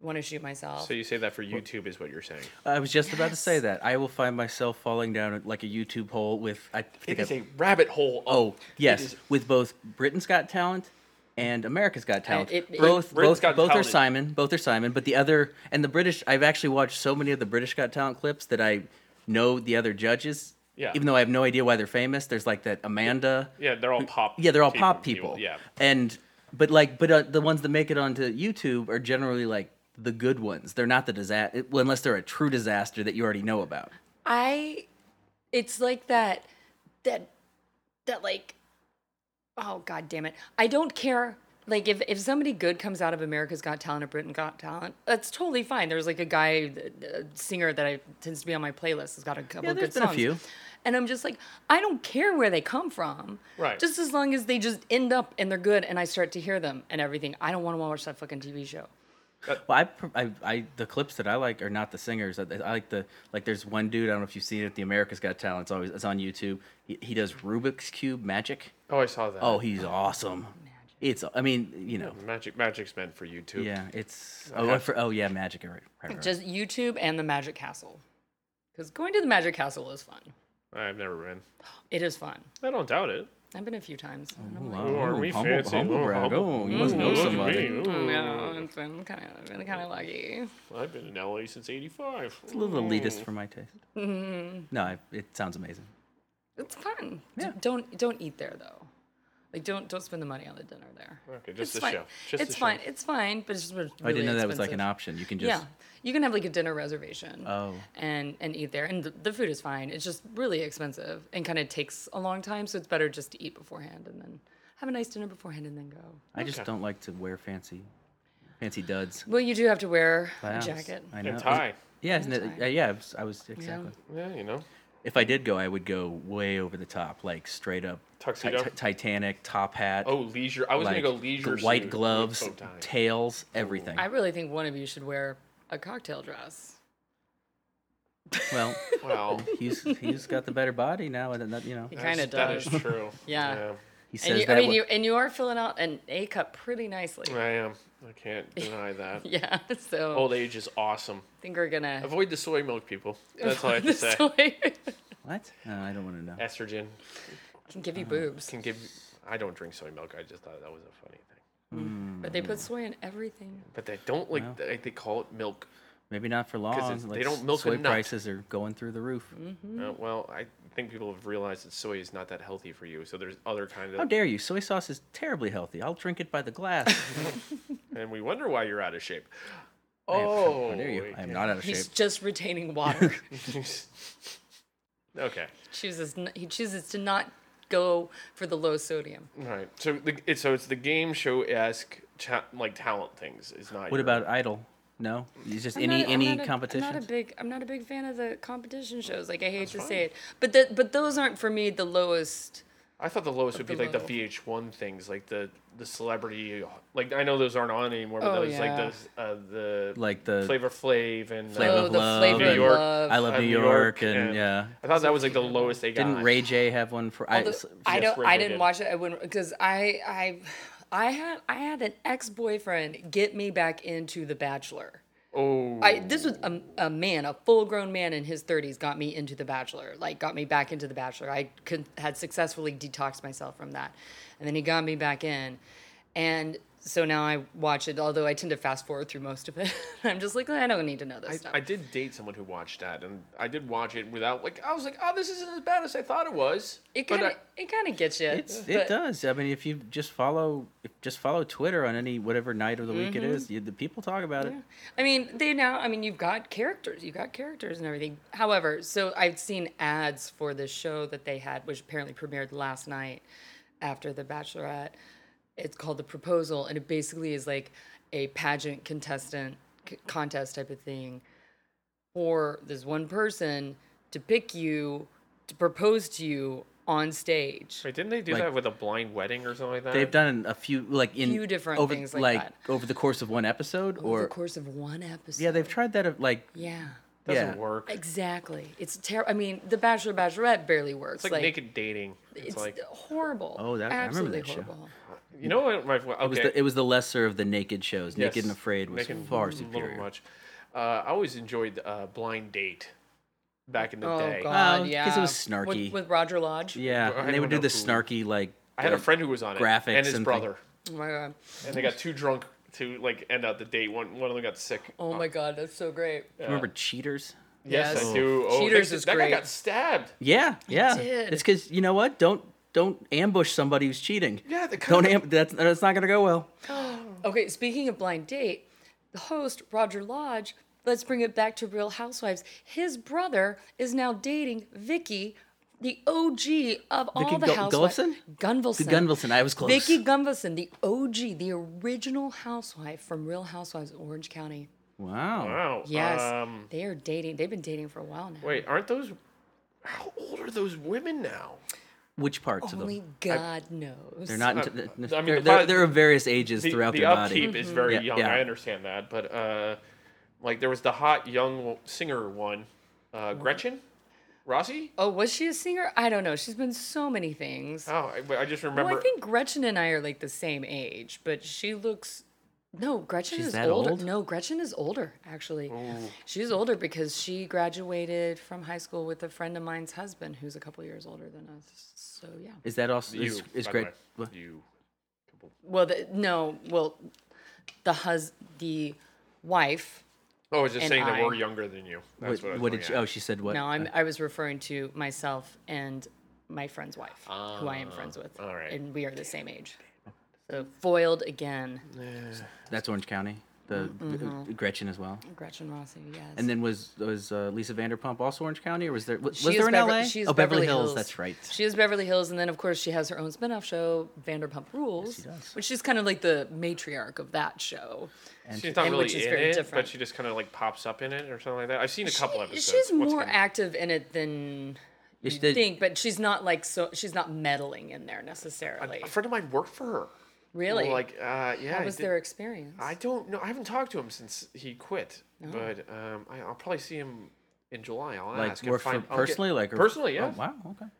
S2: want to shoot myself.
S1: So you say that for YouTube is what you're saying.
S3: I was just about to say that. I will find myself falling down like a YouTube hole with I
S1: It
S3: think I-
S1: is a rabbit hole. of-
S3: Oh yes,
S1: is-
S3: with both Britain's Got Talent and America's Got Talent.
S2: it- it-
S3: both
S1: Britain's
S3: both,
S1: Got
S3: both are
S1: Talent.
S3: Simon. Both are Simon. But the other and the British. I've actually watched so many of the British Got Talent clips that I know the other judges.
S1: Yeah.
S3: Even though I have no idea why they're famous, there's like that Amanda.
S1: Yeah, they're all pop.
S3: Yeah, they're all pop people.
S1: Yeah.
S3: And but like but uh, the ones that make it onto YouTube are generally like the good ones. They're not the disaster well, unless they're a true disaster that you already know about.
S2: I it's like that that that like oh god damn it. I don't care like if, if somebody good comes out of America's Got Talent or Britain Got Talent, that's totally fine. There's like a guy, a singer that I tends to be on my playlist has got a couple
S3: Yeah,
S2: of
S3: there's
S2: good
S3: been a
S2: songs.
S3: few.
S2: And I'm just like, I don't care where they come from.
S1: Right.
S2: Just as long as they just end up and they're good and I start to hear them and everything. I don't want to watch that fucking TV show.
S3: Well, I, pr- I, I, the clips that I like are not the singers. I, I like the like. There's one dude. I don't know if you've seen it. The America's Got Talent. It's always it's on YouTube. He, he does Rubik's Cube magic.
S1: Oh, I saw that.
S3: Oh, he's awesome. It's. I mean, you know.
S1: magic. Magic's meant for YouTube.
S3: Yeah, it's. Oh, I for, oh yeah, magic. Right, right, right.
S2: Just YouTube and the Magic Castle. Because going to the Magic Castle is fun.
S1: I've never been.
S2: It is fun.
S1: I don't doubt it.
S2: I've been a few times. and
S1: Oh,
S2: I'm like,
S3: Wow,
S1: are we
S3: humble,
S1: fancy?
S3: humble
S1: We're
S3: brag.
S1: humble.
S3: Oh, you must know
S1: Look at
S3: somebody.
S1: me. Ooh,
S2: No, Mm. it's been kind of been kind of lucky.
S1: I've been in LA since '85.
S3: A little elitist for
S2: [laughs]
S3: my taste. No, I, it sounds amazing.
S2: It's fun. D-
S3: Yeah.
S2: Don't don't eat there though. Like don't don't spend the money on the dinner there.
S1: Okay, just
S2: it's
S1: the
S2: fine.
S1: show. Just the
S2: it's
S1: show.
S2: fine. It's fine, but it's just really
S3: I didn't know that was like an
S2: expensive.
S3: option. You can just.
S2: Yeah, you can have like a dinner reservation.
S3: Oh.
S2: And and eat there, and the, the food is fine. It's just really expensive and kind of takes a long time, so it's better just to eat beforehand and then have a nice dinner beforehand and then go.
S3: I just don't like to wear fancy, fancy duds.
S2: Well, you do have to wear
S3: Blouse.
S2: a jacket.
S3: I know.
S1: And
S3: Is-
S1: tie.
S3: Yeah, isn't it? uh, Yeah, yeah I was, I was exactly.
S1: Yeah, you know.
S3: If I did go, I would go way over the top, like straight up ti-
S1: Tuxedo?
S3: ti- Titanic top hat.
S1: Oh, leisure. I was
S3: like,
S1: gonna go leisure.
S3: gl- white
S1: suit with
S3: gloves,
S1: bow
S3: [laughs]
S1: tie.
S3: tails, everything.
S2: I really think one of you should wear a cocktail dress. [laughs]
S3: Well,
S1: Wow.
S3: he's he's got the better body now, and that you know
S2: He kind of
S1: That
S2: does.
S1: is true.
S2: [laughs] Yeah.
S3: he says
S2: And you,
S3: that.
S2: I mean,
S3: with-
S2: you and you are filling out an A cup pretty nicely.
S1: I am. I can't deny that.
S2: [laughs] Yeah. So
S1: Old age is awesome.
S2: I think we're gonna.
S1: Avoid the soy milk, people. That's all I have to
S2: [laughs] this
S1: say.
S2: way
S3: what? No, I don't want to know.
S1: Estrogen
S2: can give
S3: Mm-hmm.
S2: you boobs,
S1: can give. I don't drink soy milk. I just thought that was a funny thing.
S2: but
S3: Mm-hmm.
S2: they put soy in everything.
S1: But they don't like. They, they call it milk.
S3: Maybe not for long.
S1: it's-
S3: like,
S1: they don't milk
S3: soy
S1: a nut.
S3: prices are going through the roof.
S2: Mm-hmm.
S1: Uh, well, I think people have realized that soy is not that healthy for you. So there's other kind
S3: How
S1: of.
S3: dare you? Soy sauce is terribly healthy. I'll drink it by
S1: [laughs]
S3: the glass.
S1: And we wonder why you're out of shape.
S3: I am-
S1: Oh,
S3: how dare you? I am
S1: yeah.
S3: not out of shape.
S2: He's just retaining
S3: [laughs]
S2: water.
S1: [laughs] okay.
S2: chooses n- he chooses to not go for the low sodium.
S1: All right. So the, it's so it's the game show esque cha- like talent things. It's not.
S3: What
S1: your-
S3: about Idol? No, it's just
S2: I'm
S3: any
S2: not- I'm
S3: any
S2: not a- I'm not
S3: competition.
S2: a big I'm not a big fan of the competition shows. Like I hate to say it, but the, but those aren't for me the lowest.
S1: I thought the lowest would
S2: the
S1: be like the
S2: low.
S1: VH1 things, like the the celebrity. Like I know those aren't on anymore, but
S2: Oh,
S1: those like
S2: yeah.
S1: the uh, the
S3: Like the
S1: Flavor Flav and
S3: Flavor
S1: uh,
S2: oh,
S3: of
S2: the
S3: Love,
S2: flavor
S1: New
S2: of
S1: York.
S2: love.
S3: I love
S1: uh,
S3: New York, and, yeah.
S1: I thought that was like the lowest they got.
S3: Didn't Ray J have one for I,
S2: Although,
S3: s-
S2: I
S1: yes,
S2: don't. I
S1: Ray
S2: didn't
S1: did.
S2: watch it. I wouldn't because I I I had I had an ex boyfriend get me back into The Bachelor.
S1: Oh,
S2: I this was a, a man, a full grown man in his 30s, got me into The Bachelor. Like got me back into The Bachelor. I could, had successfully detoxed myself from that, and then he got me back in, and. So now I watch it, although I tend to fast forward through most of it. [laughs] I'm just like, I don't need to know this
S1: I,
S2: stuff.
S1: I did date someone who watched that, and I did watch it without like I was like, oh, this isn't as bad as I thought it was.
S2: it
S1: But
S2: kind of
S1: I-
S2: it kind of gets you.
S3: It's,
S2: but-
S3: it does. I mean, if you just follow, if just follow Twitter on any whatever night of the week
S2: Mm-hmm.
S3: it is, you, the people talk about it.
S2: I mean, they now, I mean, you've got characters, you've got characters and everything. However, so I've seen ads for this show that they had, which apparently premiered last night after The Bachelorette. It's called The Proposal, and it basically is like a pageant contestant c- contest type of thing for this one person to pick you, to propose to you on stage.
S1: Wait, didn't they do
S3: Like-
S1: that with a blind wedding or something like that?
S3: They've done a few like in
S2: Few different
S3: over,
S2: things like that.
S3: over the course of one episode
S2: Over the
S3: or
S2: course of one episode.
S3: yeah, they've tried that of like
S2: Yeah.
S1: Doesn't
S3: yeah.
S1: work. It's
S2: Exactly. It's terrible. I mean, The Bachelor Bachelorette barely works.
S1: like, naked dating. It's,
S2: It's
S1: like
S2: horrible.
S3: Oh, that- I remember
S2: absolutely
S3: that show.
S2: horrible.
S1: you know what? My, okay,
S3: it was the, it was the lesser of the naked shows. Naked
S1: Yes.
S3: and Afraid was
S1: Naked
S3: far
S1: was a little
S3: superior.
S1: Much. Uh, I always enjoyed uh, Blind Date back in the
S2: Oh
S1: day.
S2: God,
S3: Well, 'cause it
S2: yeah.
S3: was
S2: With-
S3: snarky.
S2: With, Roger Lodge.
S3: Yeah,
S1: I
S3: and they
S1: don't
S3: would do
S1: know
S3: the
S1: who-
S3: snarky like
S1: I had
S3: uh,
S1: a friend who was on it,
S3: graphics
S1: and his
S3: and thing.
S1: brother,
S2: Oh my god.
S1: and they got too drunk to like end out the date. One one of them got sick.
S2: Oh my god, that's so great.
S3: Remember
S1: uh,
S3: Cheaters?
S1: yes,
S2: yes.
S1: I do. Oh,
S2: Cheaters
S1: that,
S2: is
S1: that
S2: great.
S1: guy got stabbed.
S3: Yeah, yeah.
S2: did.
S3: It's because you know what? Don't don't ambush somebody who's cheating.
S1: Yeah, the
S3: don't
S1: kind of-
S3: am- that's that's not gonna go well.
S2: Okay, speaking of blind date, the host Roger Lodge. Let's bring it back to Real Housewives. His brother is now dating Vicky, the OG of all
S3: Vicky
S2: the
S3: Gu-
S2: housewives.
S3: Gullifson?
S2: Gunvalson.
S3: Gunvalson, I was close.
S2: Vicky Gunvalson, the OG, the original housewife from Real Housewives of Orange County.
S3: Wow.
S1: Wow.
S2: Yes,
S1: Um,
S2: they are dating. They've been dating for a while now.
S1: wait, aren't those? How old are those women now?
S3: Which parts of
S2: Only
S3: them?
S2: God knows.
S3: They're not.
S1: Uh,
S3: into the,
S1: I mean,
S3: they're,
S1: the
S3: they're,
S1: pro-
S3: they're of various ages
S1: The,
S3: throughout
S1: the
S3: their
S1: upkeep
S3: body.
S1: is very
S3: Yeah,
S1: young.
S3: yeah.
S1: I understand that, but uh, like there was the hot young singer one, uh, Gretchen, Rossi.
S2: Oh, was she a singer? I don't know. She's been so many things.
S1: Oh, I, I just remember.
S2: Well, I think Gretchen and I are like the same age, but she looks. No, Gretchen
S3: She's
S2: is
S3: that
S2: older.
S3: old? Oh.
S2: No, Gretchen is older actually. She's older because she graduated from high school with a friend of mine's husband, who's a couple years older than us. So yeah.
S3: Is that also
S1: you,
S3: is, is
S1: by the
S3: great?
S1: way.
S3: what?
S1: You.
S2: Well, the, no. Well, the hus the wife.
S1: Oh, I was just
S2: And
S1: saying
S2: I-
S1: that we're younger than you. That's
S3: What,
S1: what, I was
S3: what did
S1: looking
S3: she?
S1: at.
S3: Oh, she said what?
S2: No, I'm. I was referring to myself and my friend's wife, who I am friends with.
S1: all right.
S2: And we are the same age. So foiled again,
S3: That's Orange County. The Gretchen as well.
S2: Gretchen Rossi. Yes.
S3: And then was was uh, Lisa Vanderpump also Orange County, or was there was,
S2: She
S3: was
S2: is
S3: there in
S2: Bever-
S3: L.A.?
S2: she is
S3: oh, Beverly, Hills. That's right.
S2: She is Beverly Hills, and then of course she has her own spin-off show, Vanderpump Rules,
S3: does.
S2: which she's kind of like the matriarch of that show.
S1: She's not
S2: And
S1: really
S2: which is
S1: in
S2: very
S1: it,
S2: different.
S1: but she just kind of like pops up in it or something like that. I've seen a couple
S2: She-
S1: episodes.
S2: she's
S1: What's
S2: more
S1: going-
S2: active in it than
S3: Yeah, she
S2: you
S3: did-
S2: think, but she's not like so. She's not meddling in there necessarily.
S1: A friend of mine worked for her.
S2: really,
S1: Like, uh, yeah.
S2: that
S1: I
S2: was
S1: did-
S2: their experience.
S1: I don't know. I haven't talked to him since he quit,
S2: Oh.
S1: but um, I, I'll probably see him in July. I'll
S3: Like
S1: ask. and
S3: work for
S1: Ah, find- I'll get-
S3: personally, like or-
S1: personally, yeah.
S3: Oh, wow. Okay.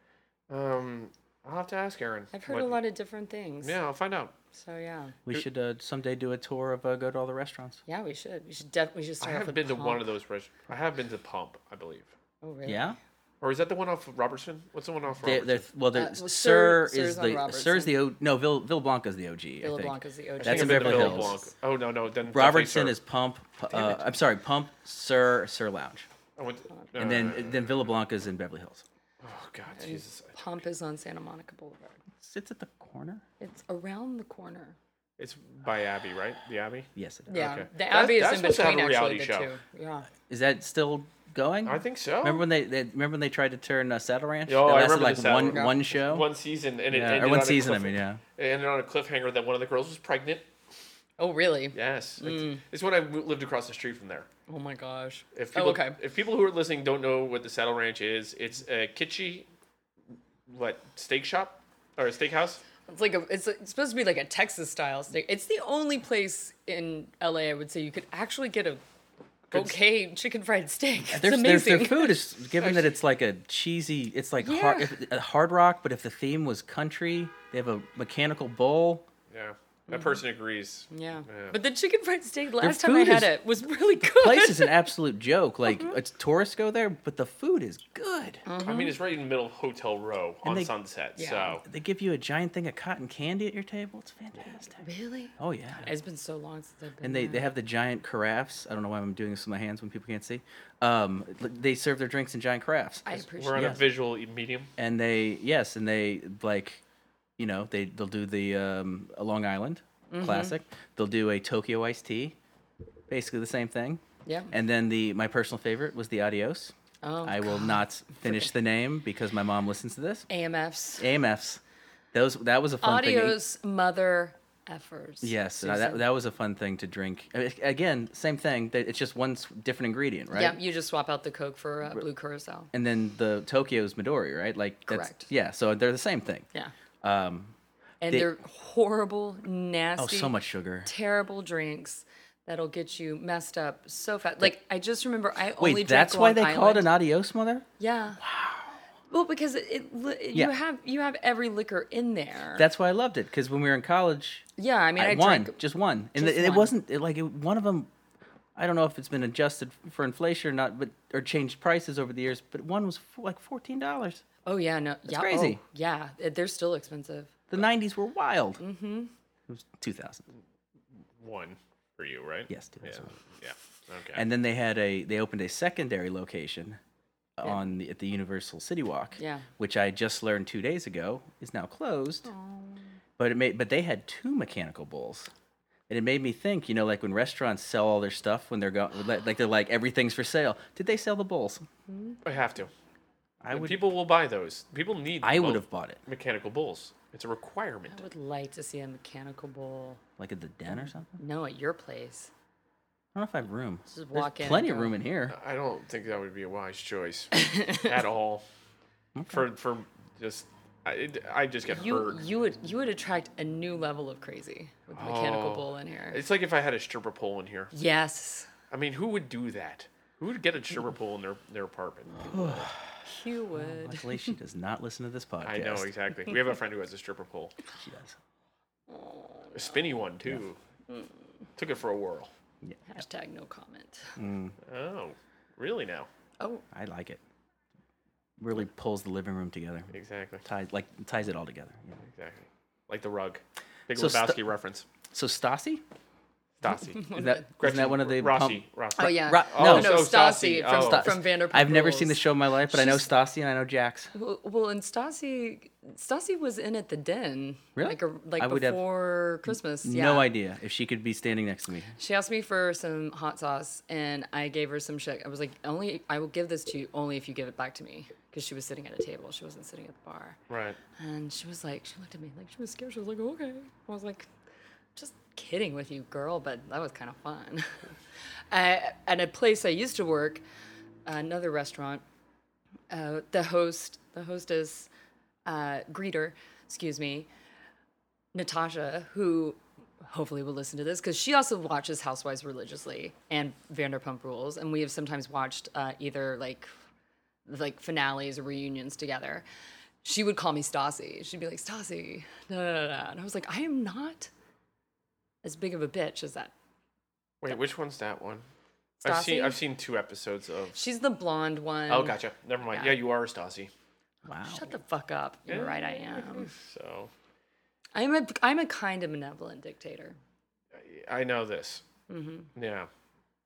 S1: Um, I'll have to ask Aaron.
S2: I've heard
S1: what-
S2: a lot of different things.
S1: Yeah, I'll find out.
S2: So yeah,
S3: We should uh, someday do a tour of uh, go to all the restaurants.
S2: yeah, we should. We should definitely. We should
S1: I
S2: start. off
S1: haven't
S2: with
S1: been to one
S2: Pump.
S1: of those. Res- I have been to Pump, I believe.
S2: Oh really?
S3: Yeah.
S1: Or is that the one off of Robertson? What's the one off
S3: They,
S1: Robertson?
S3: they're, well, they're,
S2: Uh, well, Sir-
S3: Sir,
S2: Sir's
S3: is
S2: on
S3: the Sir's the o, no Vill, Villablanca's the OG. I think.
S2: Villablanca's the OG.
S3: That's
S1: Think
S3: in
S1: I've been to
S3: Beverly
S1: Bill
S3: Hills.
S1: Blanc. Oh no, no. Then definitely
S3: Robertson
S1: Sir.
S3: is Pump. Uh, I'm sorry, Pump, Sir, Sir Lounge,
S1: I went-
S3: and
S1: uh,
S3: then then Villablanca's in Beverly Hills.
S1: oh god, Jesus.
S2: Pump is on Santa Monica Boulevard.
S3: Sits at the corner.
S2: It's around the corner.
S1: It's by Abbey, right? The Abbey.
S3: Yes, it is.
S2: Yeah,
S1: Okay.
S2: the
S1: That-
S2: Abbey is
S1: that's
S2: in
S1: supposed to have
S2: between
S1: a
S2: actually the
S1: reality
S2: two. Yeah,
S3: Is that still going?
S1: I think so.
S3: Remember when they, they remember when they tried to turn uh, Saddle Ranch?
S1: Oh, I
S3: that lasted
S1: remember
S3: like
S1: the Saddle
S3: one
S1: Ranch.
S3: one show.
S1: one season and it
S3: Yeah, or
S1: ended
S3: one
S1: on a
S3: season, I
S1: cliff-
S3: mean, yeah.
S1: It ended on a cliffhanger that one of the girls was pregnant.
S2: Oh really?
S1: Yes,
S2: Mm.
S1: it's, it's when I w- lived across the street from there.
S2: Oh my gosh.
S1: If
S2: Oh,
S1: people,
S2: okay.
S1: if people who are listening don't know what the Saddle Ranch is, it's a kitschy, what steak shop or a steakhouse.
S2: It's like a, it's, it's supposed to be like a Texas style steak. It's the only place in LA I would say you could actually get a okay chicken fried steak. It's
S3: Their, their,
S2: amazing.
S3: their
S2: [laughs]
S3: food is given that it's like a cheesy. It's like hard,
S2: Yeah.
S3: if, a hard rock, but if the theme was country, they have a mechanical bowl.
S1: Yeah, that
S2: Mm-hmm.
S1: person agrees.
S2: yeah. but the chicken fried steak last time I
S3: food
S2: had
S3: is-
S2: it was really good. [laughs]
S3: Place is an absolute joke. Like
S2: Uh-huh.
S3: it's tourists go there, but the food is good.
S2: Uh.
S1: I mean, it's right in the middle of Hotel Row on
S3: they-
S1: Sunset.
S2: Mm-hmm. Yeah.
S1: So
S3: They give you a giant thing of cotton candy at your table. It's fantastic.
S2: really?
S3: Oh yeah.
S2: It's been so long since I've been.
S3: And they, they have the giant carafes. I don't know why I'm doing this with my hands when people can't see. Um, they serve their drinks in giant carafes.
S2: I appreciate.
S1: we're on
S3: Yes.
S1: a visual medium.
S3: and they yes and they like you know they they'll do the um, a long island
S2: Mm-hmm.
S3: classic they'll do a tokyo iced tea basically the same thing
S2: Yeah.
S3: and then the my personal favorite was the adios
S2: Oh,
S3: i will not finish the name because my mom listens to this
S2: AMFs.
S3: amfs those that was a fun thing
S2: Audio's mother effers.
S3: Yes, and I- that,
S2: Susan.
S3: that was a fun thing to drink. I mean, Again, same thing. that It's just one s- different ingredient, right?
S2: Yep, you just swap out the Coke for uh, blue curacao.
S3: And then the Tokyo's Midori, right? Like that's,
S2: Correct.
S3: Yeah, so they're the same thing.
S2: Yeah.
S3: Um,
S2: And
S3: They-
S2: they, are horrible, nasty.
S3: oh, so much sugar.
S2: terrible drinks that'll get you messed up so fast. Like I just remember I only drank
S3: Wait, that's why
S2: Long
S3: they call it an
S2: Island.
S3: adios mother.
S2: Yeah. Wow. Well, because it, it li-
S3: Yeah.
S2: you have you have every liquor in there.
S3: That's why I loved it because when we were in college,
S2: yeah. I mean, I,
S3: I, one,
S2: drank
S3: just one, and
S2: Just
S3: it- it
S2: one.
S3: wasn't it, like it, one of them. I don't know if it's been adjusted for inflation or not, but or changed prices over the years. But one was f- like fourteen dollars.
S2: Oh yeah, no, yeah, oh,
S3: crazy.
S2: yeah, eh, they're still expensive.
S3: The nineties were wild. Mm-hmm. It was two thousand.
S1: One for you, right?
S3: Yes, two thousand.
S1: Yeah. Okay.
S3: And then they had a they opened a secondary location on the, at the Universal City Walk.
S2: Yeah.
S3: Which I just learned two days ago is now closed. But it made but they had two mechanical bowls. And it made me think, you know, like when restaurants sell all their stuff when they're going, like they're like everything's for sale. Did they sell the bowls?
S1: I have to.
S3: I would,
S1: People will buy those. People need.
S3: I
S1: both
S3: would have bought it,
S1: mechanical bulls. It's a requirement.
S2: I would like to see a mechanical bowl.
S3: like at the den or something.
S2: No, at your place.
S3: I don't know if I have room.
S2: Just
S3: There's
S2: walk in
S3: plenty
S2: and
S3: of
S2: go.
S3: room in here.
S1: I don't think that would be a wise
S3: [laughs]
S1: choice at all. For for just I it- I just get
S2: You
S1: hurt.
S2: you would you would attract a new level of crazy with a mechanical
S1: Oh.
S2: bowl in here.
S1: It's like if I had a stripper pole in here.
S2: yes,
S1: I mean, who would do that? Who would get a stripper pole in their their apartment?
S3: Oh,
S2: you would.
S3: Luckily, she does not listen to this
S1: [laughs]
S3: podcast.
S1: I know
S3: [laughs]
S1: exactly. We have a friend who has a stripper pole,
S3: She does.
S1: a spinny one too. Took it for a whirl.
S2: Hashtag no comment.
S1: Oh, really? Now,
S2: Oh,
S3: I like it. Really pulls the living room together.
S1: exactly,
S3: ties like ties it all together. yeah.
S1: exactly. Like the rug. Big
S3: So sta-
S1: Lebowski reference.
S3: So Stasi, [laughs]
S1: Stassi.
S3: is that isn't that one of the
S1: Oh, Rossi?
S3: pump-
S1: Rossi.
S2: oh yeah.
S3: Ra-
S2: no,
S3: no.
S2: no,
S1: Oh,
S2: Stassi,
S1: Stassi.
S2: from,
S1: Oh.
S3: Sta-
S2: from Vanderpump.
S3: I've never seen the
S2: Rules.
S3: show in my life, but I know
S2: She's-
S3: Stasi and I know Jax.
S2: Well, well, and Stassi, Stassi was in at the Den.
S3: Really?
S2: Like, a, like
S3: I would have
S2: before Christmas. Yeah.
S3: No idea if she could be standing next to me.
S2: She asked me for some hot sauce, and I gave her some shit. I was like, "Only I will give this to you only if you give it back to me," because she was sitting at a table. She wasn't sitting at the bar.
S1: Right.
S2: And she was like, she looked at me like she was scared. She was like, "Okay." I was like, "Just kidding with you, girl," but that was kind of fun. [laughs] I, at a place I used to work, another restaurant, uh, the host, the hostess, uh, greeter, excuse me, Natasha, who hopefully will listen to this because she also watches Housewives religiously and Vanderpump Rules, and we have sometimes watched uh, either like like finales or reunions together. She would call me Stassi. She'd be like Stassi, da da da, da, and I was like, I am not as big of a bitch as that.
S1: Wait, which one's that one? I've seen
S2: Stassi?
S1: I've seen two episodes of.
S2: She's the blonde one.
S1: Oh, gotcha. Never mind. Yeah, you are Stasi.
S3: Wow.
S2: Shut the fuck up. You're right. I am.
S1: So
S2: I'm a I'm a kind of benevolent dictator.
S1: I know this. Mm-hmm. Yeah,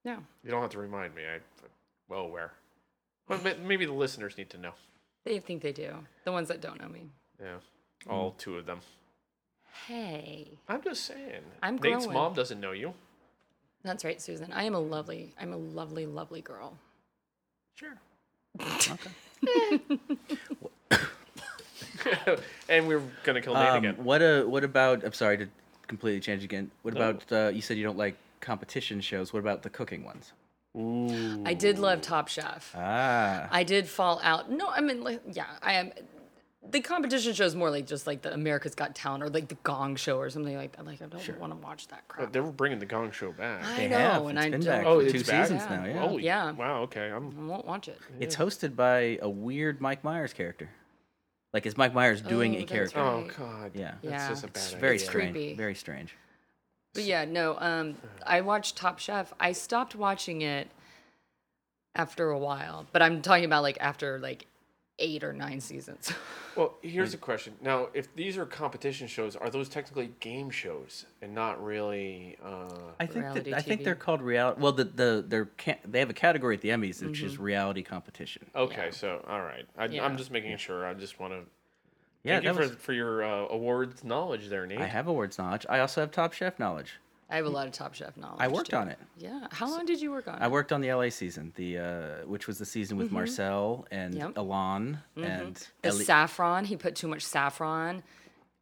S2: No.
S1: you don't have to remind me. I, am well aware. But ma- maybe the listeners need to know.
S2: They think they do. The ones that don't know me.
S1: Yeah, all
S3: Hmm.
S1: two of them.
S2: Hey.
S1: I'm just saying.
S2: I'm
S1: Nate's
S2: growing.
S1: mom doesn't know you. [laughs]
S2: That's right, Susan. I am a lovely, I'm a lovely, lovely girl.
S1: Sure.
S3: Wha-
S1: and we're gonna kill Nate
S3: Um,
S1: again.
S3: what a what about? I'm sorry to completely change again. What
S1: No.
S3: about? Uh, you said you don't like competition shows. What about the cooking ones?
S1: Ooh.
S2: I did love Top Chef.
S3: Ah,
S2: I did fall out. No, I mean, like, yeah, I am. The competition show is more like just like the America's Got Talent or like the Gong Show or something like that. Like, I don't want to watch that crap.
S1: They were bringing the Gong Show back.
S2: I
S3: they
S2: know,
S3: have.
S2: and
S3: It's
S2: I
S3: been
S2: don't-
S3: back
S2: Oh,
S3: for two
S1: it's back?
S3: seasons now. Yeah.
S1: Holy-
S2: Yeah.
S1: Wow. Okay. I'm.
S2: I won't watch it.
S3: It's hosted by a weird Mike Myers character. Like it's Mike Myers doing
S2: Oh,
S3: a
S2: that's
S3: character.
S2: right.
S1: Oh God.
S3: Yeah.
S1: That's
S2: Yeah.
S1: just a bad
S2: It's
S1: idea.
S3: Very
S2: It's
S3: strange.
S2: creepy.
S3: Very strange.
S2: But yeah, no. Um, I watched Top Chef. I stopped watching it after a while, but I'm talking about like after like eight or nine seasons. [laughs]
S1: Well, here's a question. Now, if these are competition shows, are those technically game shows and not really? Uh,
S3: I think that,
S2: Reality
S3: I think they're
S2: TV.
S3: called reality. Well, the the they're ca- they have a category at the Emmys, which
S2: Mm-hmm.
S3: is reality competition.
S1: okay,
S2: Yeah.
S1: so all right. I,
S2: Yeah.
S1: I'm just making sure. I just want to
S3: Yeah,
S1: thank you
S3: that was,
S1: for, for your uh, awards knowledge there, Nate.
S3: I have awards knowledge. I also have Top Chef knowledge.
S2: I have a lot of Top Chef knowledge.
S3: Hmm. I worked
S2: too.
S3: on it.
S2: Yeah. How long did you work on
S3: I
S2: it?
S3: worked on the LA season, the uh, which was the season with Marcel and
S2: Mm-hmm. Yep. Mm-hmm.
S3: Alon and
S2: The
S3: Eli-
S2: saffron. He put too much saffron.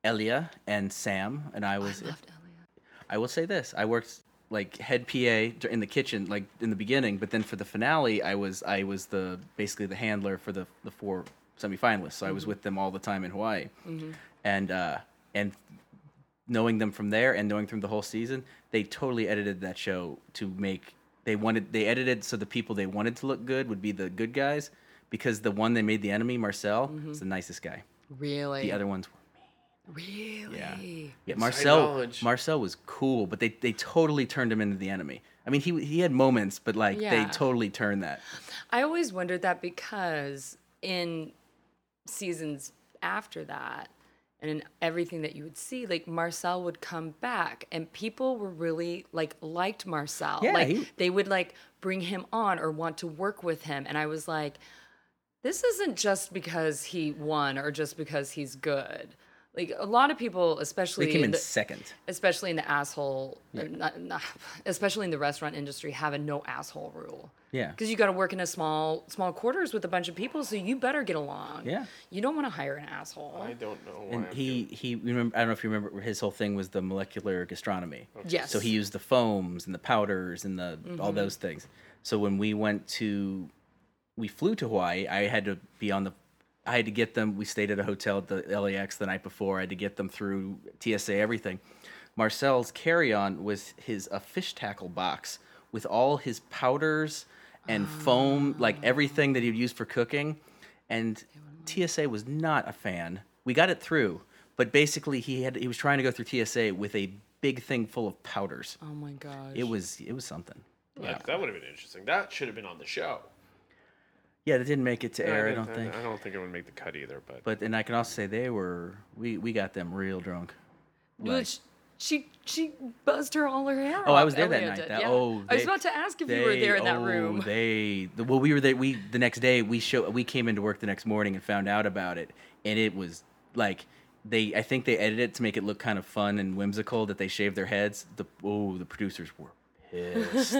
S3: Elia and Sam, and I was.
S2: Loved Elliot.
S3: I will say this: I worked like head PA dur- in the kitchen, like in the beginning, but then for the finale, I was I was the basically the handler for the the four semifinalists. So I was with them all the time in Hawaii, and uh, and knowing them from there and knowing them the whole season, they totally edited that show to make they wanted they edited so the people they wanted to look good would be the good guys because the one they made the enemy Marcel is the nicest guy.
S2: Really?
S3: The other ones were
S2: Really?
S3: yeah. Yeah, Marcel
S1: knowledge.
S3: Marcel was cool, but they, they totally turned him into the enemy. I mean, he he had moments, but like
S2: Yeah.
S3: they totally turned that.
S2: I always wondered that because in seasons after that and in everything that you would see, like Marcel would come back and people were really like liked Marcel.
S3: Yeah,
S2: like
S3: he-
S2: they would like bring him on or want to work with him. And I was like, this isn't just because he won or just because he's good. Like a lot of people, especially
S3: They came
S2: in
S3: in
S2: the-
S3: second.
S2: especially in the asshole, or not, not, especially in the restaurant industry, have a no asshole rule.
S3: Yeah.
S2: Because you got to work in a small small quarters with a bunch of people, so you better get along.
S3: Yeah.
S2: You don't want to hire an asshole.
S1: I don't know why.
S3: And
S1: I'm doing-
S3: he he remember I don't know if you remember his whole thing was the molecular gastronomy.
S2: Yes. Mm-hmm.
S3: So he used the foams and the powders and the all those things. So when we went to we flew to Hawaii, I had to be on the I had to get them we stayed at a hotel at the LAX the night before. I had to get them through TSA everything. Marcel's carry-on was his a fish tackle box with all his powders and foam, like everything that he'd use for cooking. And TSA was not a fan. We got it through, but basically he had he was trying to go through TSA with a big thing full of powders.
S2: Oh my gosh.
S3: It was it was something.
S1: Like, That would have been interesting. That should have been on the show.
S3: Yeah, it didn't make it to air, I don't think.
S1: I don't think it would make the cut either. But
S3: But and I can also say they were we we got them real drunk.
S2: Well,
S3: like-
S2: she, she she buzzed her all her hair.
S3: Oh, I
S2: off.
S3: was there that
S2: Elliot
S3: night.
S2: did,
S3: That,
S2: yeah.
S3: Oh,
S2: I was
S3: they-
S2: about to ask if you were there in that
S3: oh,
S2: room.
S3: They the- well, we were there. We the next day we show we came into work the next morning and found out about it, and it was like they I think they edited it to make it look kind of fun and whimsical that they shaved their heads. The oh the producers were
S2: [laughs]
S3: pissed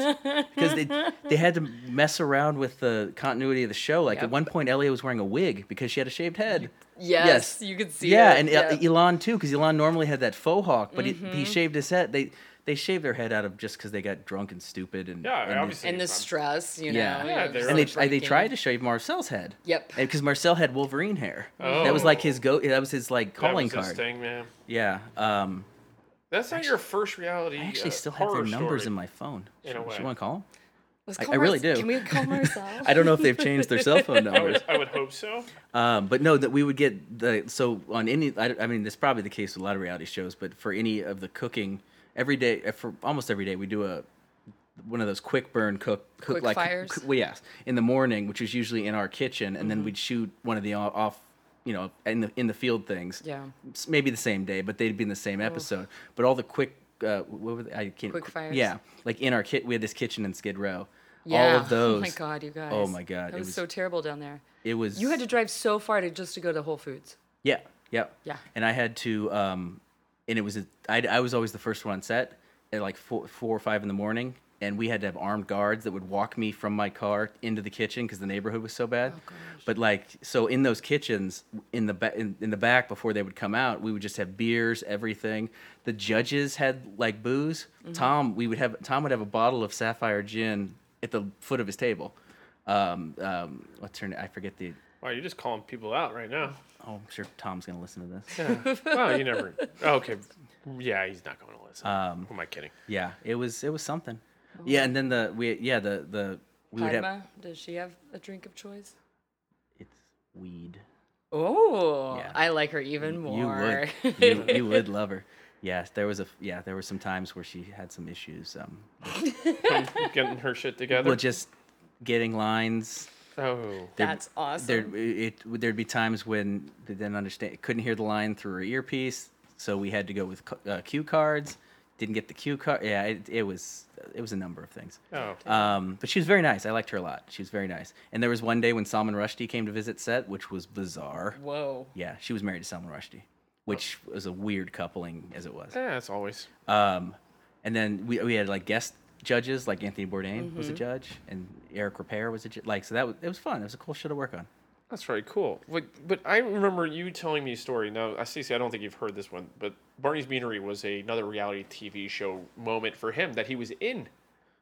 S3: because they they had to mess around with the continuity of the show. Like
S2: Yep.
S3: at one point, Elliot was wearing a wig because she had a shaved head.
S2: [laughs] Yes, you could see
S3: Yeah,
S2: it,
S3: and uh,
S2: yeah. Mm-hmm.
S3: El- Elon too, because Elon normally had that faux hawk, but he, he shaved his head. They they shaved their head out of just because they got drunk and stupid and
S1: yeah,
S3: and
S1: obviously.
S2: and the
S1: if I'm-
S2: stress, you know.
S3: Yeah.
S2: it
S1: Yeah,
S2: was
S1: they're-
S2: just
S3: and
S1: Or
S3: they I, they
S2: drinking.
S3: tried to shave Marcel's head.
S2: Yep.
S3: Because Marcel had Wolverine hair. That was like his go. That was his
S1: Oh.
S3: like
S1: that
S3: calling
S1: was his
S3: card.
S1: thing, man.
S3: Yeah. Um.
S1: That's not your first reality.
S3: I actually
S1: uh,
S3: still have their
S1: horror
S3: numbers
S1: story.
S3: in my phone.
S1: In
S3: Should,
S1: a way.
S3: should want to call 'em?
S2: Let's
S3: I-
S2: call
S3: I really
S2: Marce-
S3: do.
S2: Can we
S3: [laughs]
S2: call Marcel?
S3: I don't know if they've changed their cell
S1: [laughs]
S3: phone
S1: I
S3: numbers.
S1: would, I would hope so.
S3: Um, but no, that we would get the so on any. I, I mean, that's probably the case with a lot of reality shows. But for any of the cooking, every day uh, for almost every day we do a one of those quick burn cook, cook
S2: Quick
S3: like
S2: fires? Mm-hmm.
S3: cook- well, yes, in the morning, which is usually in our kitchen, and then we'd shoot one of the o- off, you know, in the in the field things.
S2: Yeah. Oh.
S3: S- maybe the same day, but they'd be in the same episode. But all the quick, uh, what were they? I can't.
S2: Quick fires?
S3: Yeah, like in our kit, we had this kitchen in Skid Row. All
S2: Yeah. [laughs]
S3: of those.
S2: Oh my god, you guys.
S3: Oh my god,
S2: That was, so terrible down there.
S3: It was.
S2: You had to drive so far to just to go to Whole Foods.
S3: Yeah, yeah,
S2: Yeah.
S3: And I had to, um, and it was a, I, I was always the first one on set at like four, four or five in the morning, and we had to have armed guards that would walk me from my car into the kitchen because the neighborhood was so bad. but like, so in those kitchens, in the ba- in, in the back before they would come out, we would just have beers, everything. The judges had like booze. Tom, we would have Tom would have a bottle of Sapphire gin at the foot of his table. Um, um, what's her name? I forget the.
S1: Wow, you're just calling people out right now.
S3: Oh, I'm sure Tom's gonna listen to this.
S1: Wow, you never. oh, okay, yeah, he's not going to listen. Who am I kidding? [laughs]
S3: Yeah, it was it was something. Yeah, and then the we yeah the the we would have
S2: Padma, does she have a drink of choice?
S3: it's weed.
S2: Oh,
S3: Yeah.
S2: I like her even [laughs] more.
S3: You would you, you would love her. Yes, there was a yeah there were some times where she had some issues. Um,
S1: Getting her shit together.
S3: well, just getting lines.
S1: oh,
S3: There'd-
S2: That's awesome.
S3: There'd it there'd be times when they didn't understand, couldn't hear the line through her earpiece, so we had to go with cu- uh, cue cards. Didn't get the cue card. Yeah, it, it was it was a number of things.
S1: oh,
S3: Um, but she was very nice. I liked her a lot. She was very nice. And there was one day when Salman Rushdie came to visit set, which was bizarre.
S2: Whoa.
S3: Yeah, she was married to Salman Rushdie, which was a weird coupling as it was.
S1: yeah, as always.
S3: Um, and then we, we had like guest judges, like Anthony Bourdain was a judge, and Eric Repair was a judge. Like so that was it was fun. It was a cool show to work on.
S1: That's very cool. But, but I remember you telling me a story. Now, I see, see, I don't think you've heard this one, but Barney's Beanery was a, another reality TV show moment for him that he was in,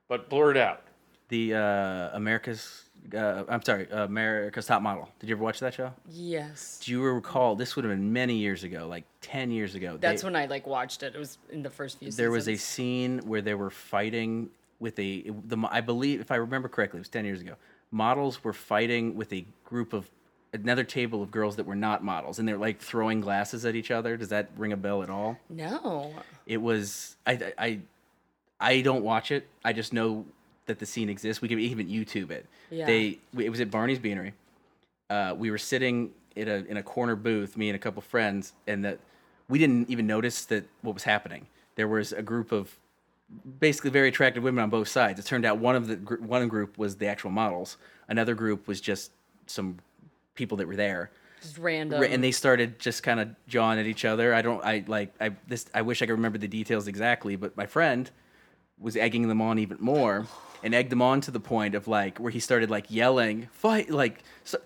S1: but blurred out.
S3: The uh, America's, uh, I'm sorry, uh, America's Top Model. Did you ever watch that show?
S2: Yes.
S3: Do you recall? This would have been many years ago, like ten years ago.
S2: That's
S3: they-
S2: when I like watched it. It was in the first few.
S3: there was a
S2: seasons.
S3: scene where they were fighting with a the mo- I believe if I remember correctly, it was ten years ago. Models were fighting with a group of another table of girls that were not models, and they're like throwing glasses at each other. Does that ring a bell at all?
S2: no.
S3: It was I I I don't watch it. I just know that the scene exists. We could even YouTube it.
S2: Yeah.
S3: They it was at Barney's Beanery. Uh, we were sitting in a in a corner booth, me and a couple friends, and that we didn't even notice that what was happening. There was a group of basically very attractive women on both sides. It turned out one of the gr- one group was the actual models. Another group was just some people that were there.
S2: Just random.
S3: Right, and they started just kind of jawing at each other. I don't. I like. I this. I wish I could remember the details exactly, but my friend was egging them on even more, and egged them on to the point of like where he started like yelling, "Fight!" Like so,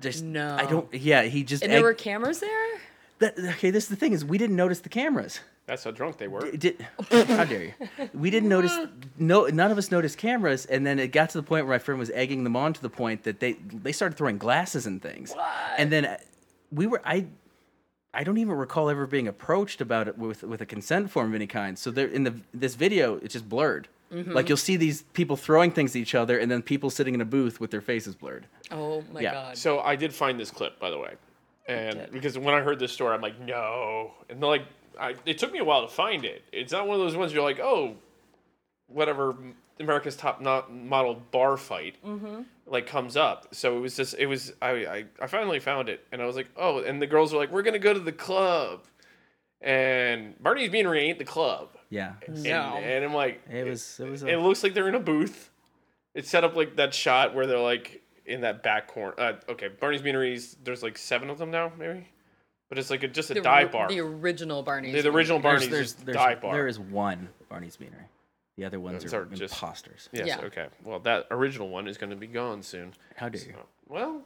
S3: just
S2: No.
S3: I don't. Yeah, he just.
S2: and there were
S3: egged-
S2: cameras there.
S3: that, okay, this is the thing is we didn't notice the cameras.
S1: That's how drunk they were.
S3: It did how dare you? We didn't notice. No, none of us noticed cameras, and then it got to the point where my friend was egging them on to the point that they they started throwing glasses and things. And then uh, we were I. I don't even recall ever being approached about it with with a consent form of any kind. So there in the this video, it's just blurred.
S1: Mm-hmm.
S3: Like you'll see these people throwing things at each other, and then people sitting in a booth with their faces blurred.
S2: Oh my
S3: Yeah.
S2: god.
S1: So I did find this clip, by the way, and because when I heard this story, I'm like, no, and like, I, it took me a while to find it. It's not one of those ones you're like, oh, whatever, America's Top Not Model bar fight, like comes up. So it was just, it was, I, I, I finally found it, and I was like, oh, and the girls were like, we're gonna go to the club, and Barney's Beanery ain't the club.
S3: Yeah,
S1: And-
S2: No.
S1: And, I'm like,
S3: it was it was.
S1: it looks like they're in a booth. It's set up like that shot where they're like in that back corner. Uh, okay, Barney's Beaneries. There's like seven of them now, maybe. But it's like a, just a
S2: the,
S1: dive
S2: ri-
S1: bar.
S2: The
S1: The,
S2: original Barney's.
S1: the original Barney's is dive bar.
S3: There is one Barney's Beanery. The other ones
S1: Those
S3: are,
S1: are just-
S3: imposters.
S1: yes.
S2: yeah.
S1: Okay. Well, that original one is going to be gone soon. Oh,
S3: How dare you?
S1: Well,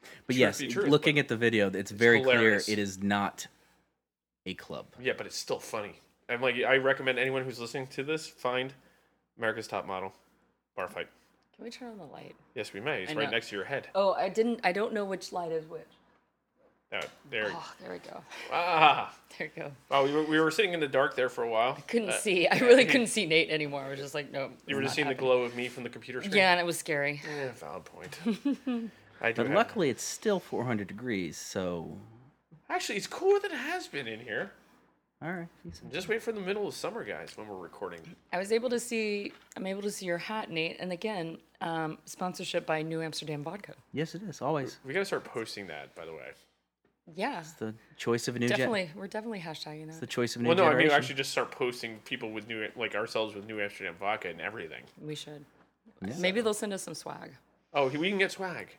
S3: But
S1: Truth
S3: yes,
S1: be truth,
S3: looking
S1: but
S3: at the video, it's very
S1: hilarious.
S3: clear it is not a club.
S1: yeah, but it's still funny. I'm like, I recommend anyone who's listening to this find America's Top Model bar fight.
S2: Can we turn on the light?
S1: Yes, we may. It's
S2: I
S1: right
S2: know.
S1: next to your head.
S2: Oh, I didn't. I don't know which light is which.
S1: Uh, there.
S2: Oh, there we go. [laughs]
S1: Ah.
S2: There we go.
S1: Wow. We were, we were sitting in the dark there for a while.
S2: Couldn't
S1: Uh,
S2: see. I really couldn't see Nate anymore. I was just like, no.
S1: You were just seeing the glow of me from the computer screen.
S2: Yeah, and it was scary.
S1: Yeah, valid point.
S2: [laughs]
S1: I do.
S3: But
S1: have-
S3: luckily, it's still 400 degrees, so
S1: actually, it's cooler than it has been in here.
S3: all right. decent.
S1: Just wait for the middle of summer, guys, when we're recording.
S2: I was able to see. I'm able to see your hat, Nate. And again, um, sponsorship by New Amsterdam Vodka.
S3: Yes, it is always
S1: We gotta start posting that, by the way.
S2: Yeah,
S3: the choice of a new gen-
S2: definitely. We're definitely hashtagging
S3: The
S2: that.
S3: choice of a new
S1: Well, no, I
S3: generation.
S1: mean actually just start posting people with new, like ourselves with New Amsterdam vodka and everything.
S2: We should. Maybe they'll send us some swag.
S1: Oh, we can get swag.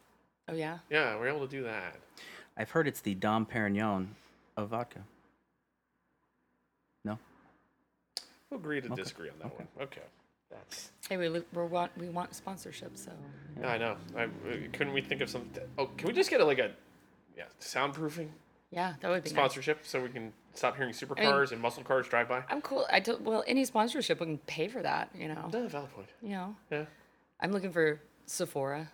S2: Oh yeah.
S1: Yeah, we're able to do that.
S3: I've heard it's the Dom Perignon of vodka. No,
S1: We'll agree to disagree on that one. Okay. That's.
S2: Hey, we look, we're want we want sponsorship. So
S1: Yeah, I know. I, uh, couldn't we think of something? Oh, can we just get a, like a, yeah, soundproofing
S2: yeah, that would be nice.
S1: sponsorship so we can stop hearing supercars
S2: mean-
S1: and muscle cars drive by?
S2: I'm cool. I don't. Well, any sponsorship we can pay for that. You know.
S1: No, valid point.
S2: You know.
S1: Yeah.
S2: I'm looking for Sephora.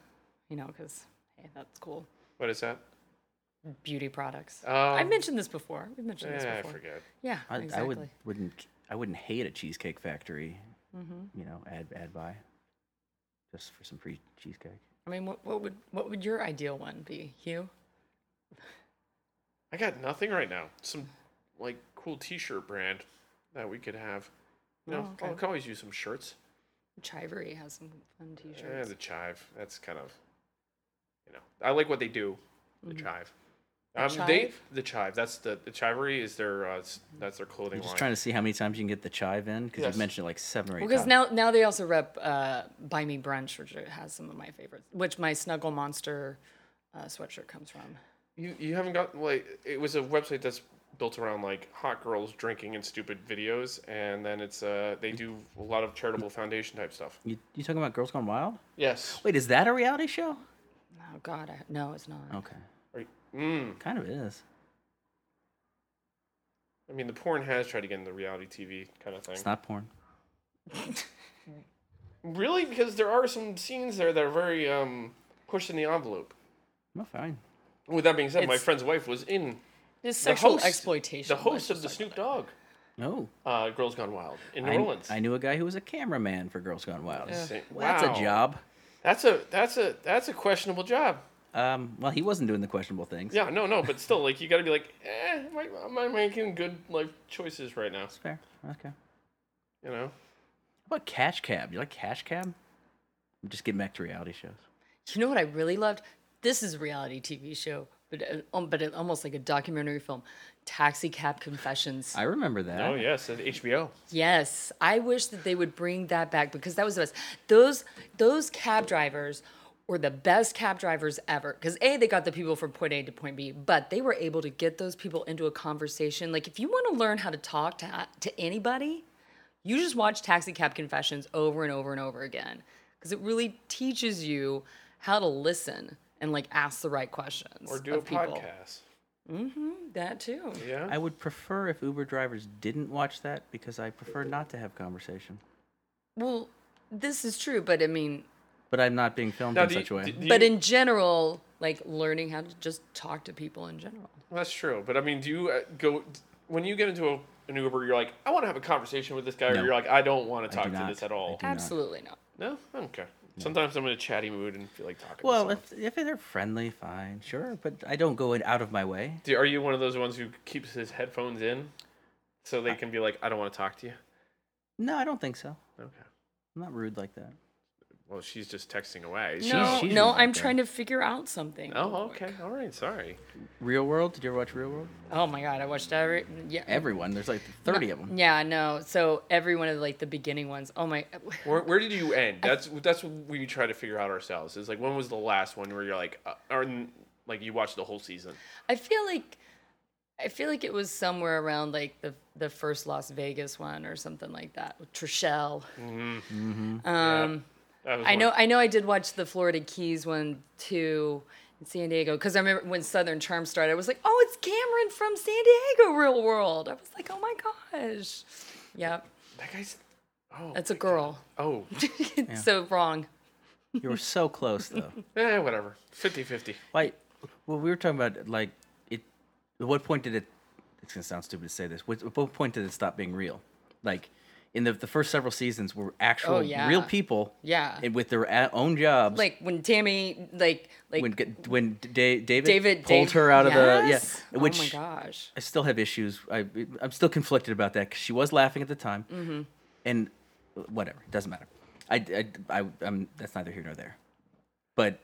S2: You know, because hey, that's cool.
S1: What is that?
S2: Beauty products.
S1: Oh.
S2: I mentioned this before. We mentioned this
S1: Yeah, I
S2: before.
S1: eh, forget.
S2: Yeah,
S3: I,
S2: exactly.
S3: I would wouldn't I wouldn't hate a cheesecake factory.
S2: Mm-hmm.
S3: You know, ad ad buy, just for some free cheesecake.
S2: I mean, what, what would what would your ideal one be, Hugh?
S1: I got nothing right now. Some like cool T-shirt brand that we could have. You know,
S2: Oh, okay.
S1: I could always use some shirts.
S2: Chivery has some fun
S1: Yeah,
S2: T-shirts.
S1: Eh, the chive. That's kind of, you know, I like what they do. The chive. Um, They,
S2: Mm. chive?
S1: the chive. That's the the chivery is their uh, s- that's their clothing
S3: I'm just
S1: line.
S3: trying to see how many times you can get the chive in because
S1: Yes.
S3: you've mentioned it like seven or eight.
S2: Well, because
S3: times.
S2: now now they also rep uh, Buy Me Brunch, which has some of my favorites, which my Snuggle Monster uh, sweatshirt comes from.
S1: you you haven't got like it was a website that's built around like hot girls drinking and stupid videos, and then it's uh
S3: Mm.
S1: they do a lot of charitable foundation type stuff.
S3: You, you talking about Girls Gone Wild?
S1: Yes.
S3: Wait, is that a reality show?
S2: No, Oh God, I, no, it's not.
S3: Okay.
S1: Are you, mm,
S3: Kind of is.
S1: I mean, the porn has tried to get into reality TV kind of thing.
S3: It's not porn.
S1: Really, because there are some scenes there that are very um, pushing the envelope.
S3: No, fine.
S1: With that being said, my
S2: It's-
S1: friend's wife was in
S2: This
S1: the
S2: sexual
S1: host-
S2: exploitation.
S1: The
S2: was
S1: host of
S2: just
S1: the
S2: like-
S1: Snoop Dogg
S3: No.
S1: uh, Girls Gone Wild in New
S3: I,
S1: Orleans.
S3: I knew a guy who was a cameraman for Girls Gone Wild.
S1: Say-
S3: Well, That's
S1: wow.
S3: a job.
S1: That's a that's a that's a questionable job.
S3: Um, well, he wasn't doing the questionable things.
S1: Yeah, no, no, but still, like you got to be like, eh, am I, am I making good life choices right now?
S3: That's fair. Okay. How
S1: You know,
S3: about Cash Cab? You like Cash Cab? I'm just getting back to reality shows.
S2: You know what I really loved? This is a reality TV show, but uh, um, but it, almost like a documentary film. Taxi Cab Confessions.
S3: I remember that.
S1: oh yes, at HBO.
S2: Yes, I wish that they would bring that back because that was the best. Those those cab drivers were the best cab drivers ever because a they got the people from point A to point B, but they were able to get those people into a conversation. Like if you want to learn how to talk to to anybody, you just watch Taxi Cab Confessions over and over and over again because it really teaches you how to listen and like ask the right questions
S1: Or do
S2: of
S1: a
S2: people.
S1: podcast.
S2: That too.
S1: Yeah.
S3: I would prefer if Uber drivers didn't watch that because I prefer not to have conversation.
S2: Well, this is true, but I mean,
S3: But I'm not being filmed in
S1: do you-
S3: such a way.
S1: do- do
S2: but
S1: you-
S2: in general, like learning how to just talk to people in general.
S1: that's true. But I mean, do you uh, go when you get into a, an Uber? You're like, I want to have a conversation with this guy,
S3: No.
S1: or you're like, I don't want to
S3: I
S1: talk
S3: do
S1: to
S3: not.
S1: this at
S3: I
S1: all.
S3: do not.
S2: Absolutely not.
S1: No, okay. Sometimes I'm in a chatty mood and feel like talking. to
S3: Well,
S1: someone.
S3: if if they're friendly, fine, sure. But I don't go in out of my way.
S1: Do, are you one of those ones who keeps his headphones in so they can be like, I don't want to talk to you?
S3: No, I don't think so.
S1: Okay.
S3: I'm not rude like that.
S1: Well, she's just texting away. She-
S2: No,
S3: she's
S2: no,
S3: like
S2: I'm
S3: that.
S2: trying to figure out something.
S1: Oh,
S2: real quick.
S1: okay. All right. Sorry.
S3: Real World? Did you ever watch Real World?
S2: Oh my god, I watched every yeah.
S3: Everyone. There's like 30 of [laughs] them.
S2: Yeah, no. So every one of the, like the beginning ones. Oh my,
S1: Where, where did you end? That's that's what we try to figure out ourselves. Is like when was the last one where you're like, uh, or n- like you watched the whole season?
S2: I feel like, I feel like it was somewhere around like the the first Las Vegas one or something like that. with Trishelle. Um,
S1: That was
S2: I
S1: one-
S2: know, I know, I did watch the Florida Keys one too in San Diego because I remember when Southern Charm started, I was like, oh, it's Cameron from San Diego Real World. I was like, oh my gosh. Yep,
S1: that guy's. Oh,
S2: that's a girl. [laughs]
S1: oh,
S2: so wrong.
S3: You were so close, though.
S1: eh, whatever. 50-50.
S3: Like, well, we were talking about, like, it. at what point did it. It's going to sound stupid to say this. What, at what point did it stop being real? Like, in the, the first several seasons were actual
S2: Oh, yeah.
S3: real people.
S2: Yeah.
S3: And with their a- own jobs.
S2: Like when Tammy, like, like
S3: when, g- when Da- David,
S2: David
S3: pulled
S2: Dave-
S3: her out
S2: Yes?
S3: of the. Yeah. Which,
S2: oh my gosh.
S3: I still have issues. I, I'm still conflicted about that because she was laughing at the time,
S2: Mm-hmm.
S3: and whatever, it doesn't matter. I, I, I, am that's neither here nor there. But,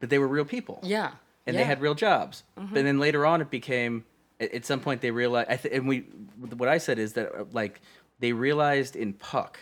S3: but they were real people,
S2: Yeah.
S3: and
S2: yeah. Mm-hmm.
S3: they had real jobs. But then later on, it became. At, at some point, they realized. I th- and we, what I said is that uh, like they realized in Puck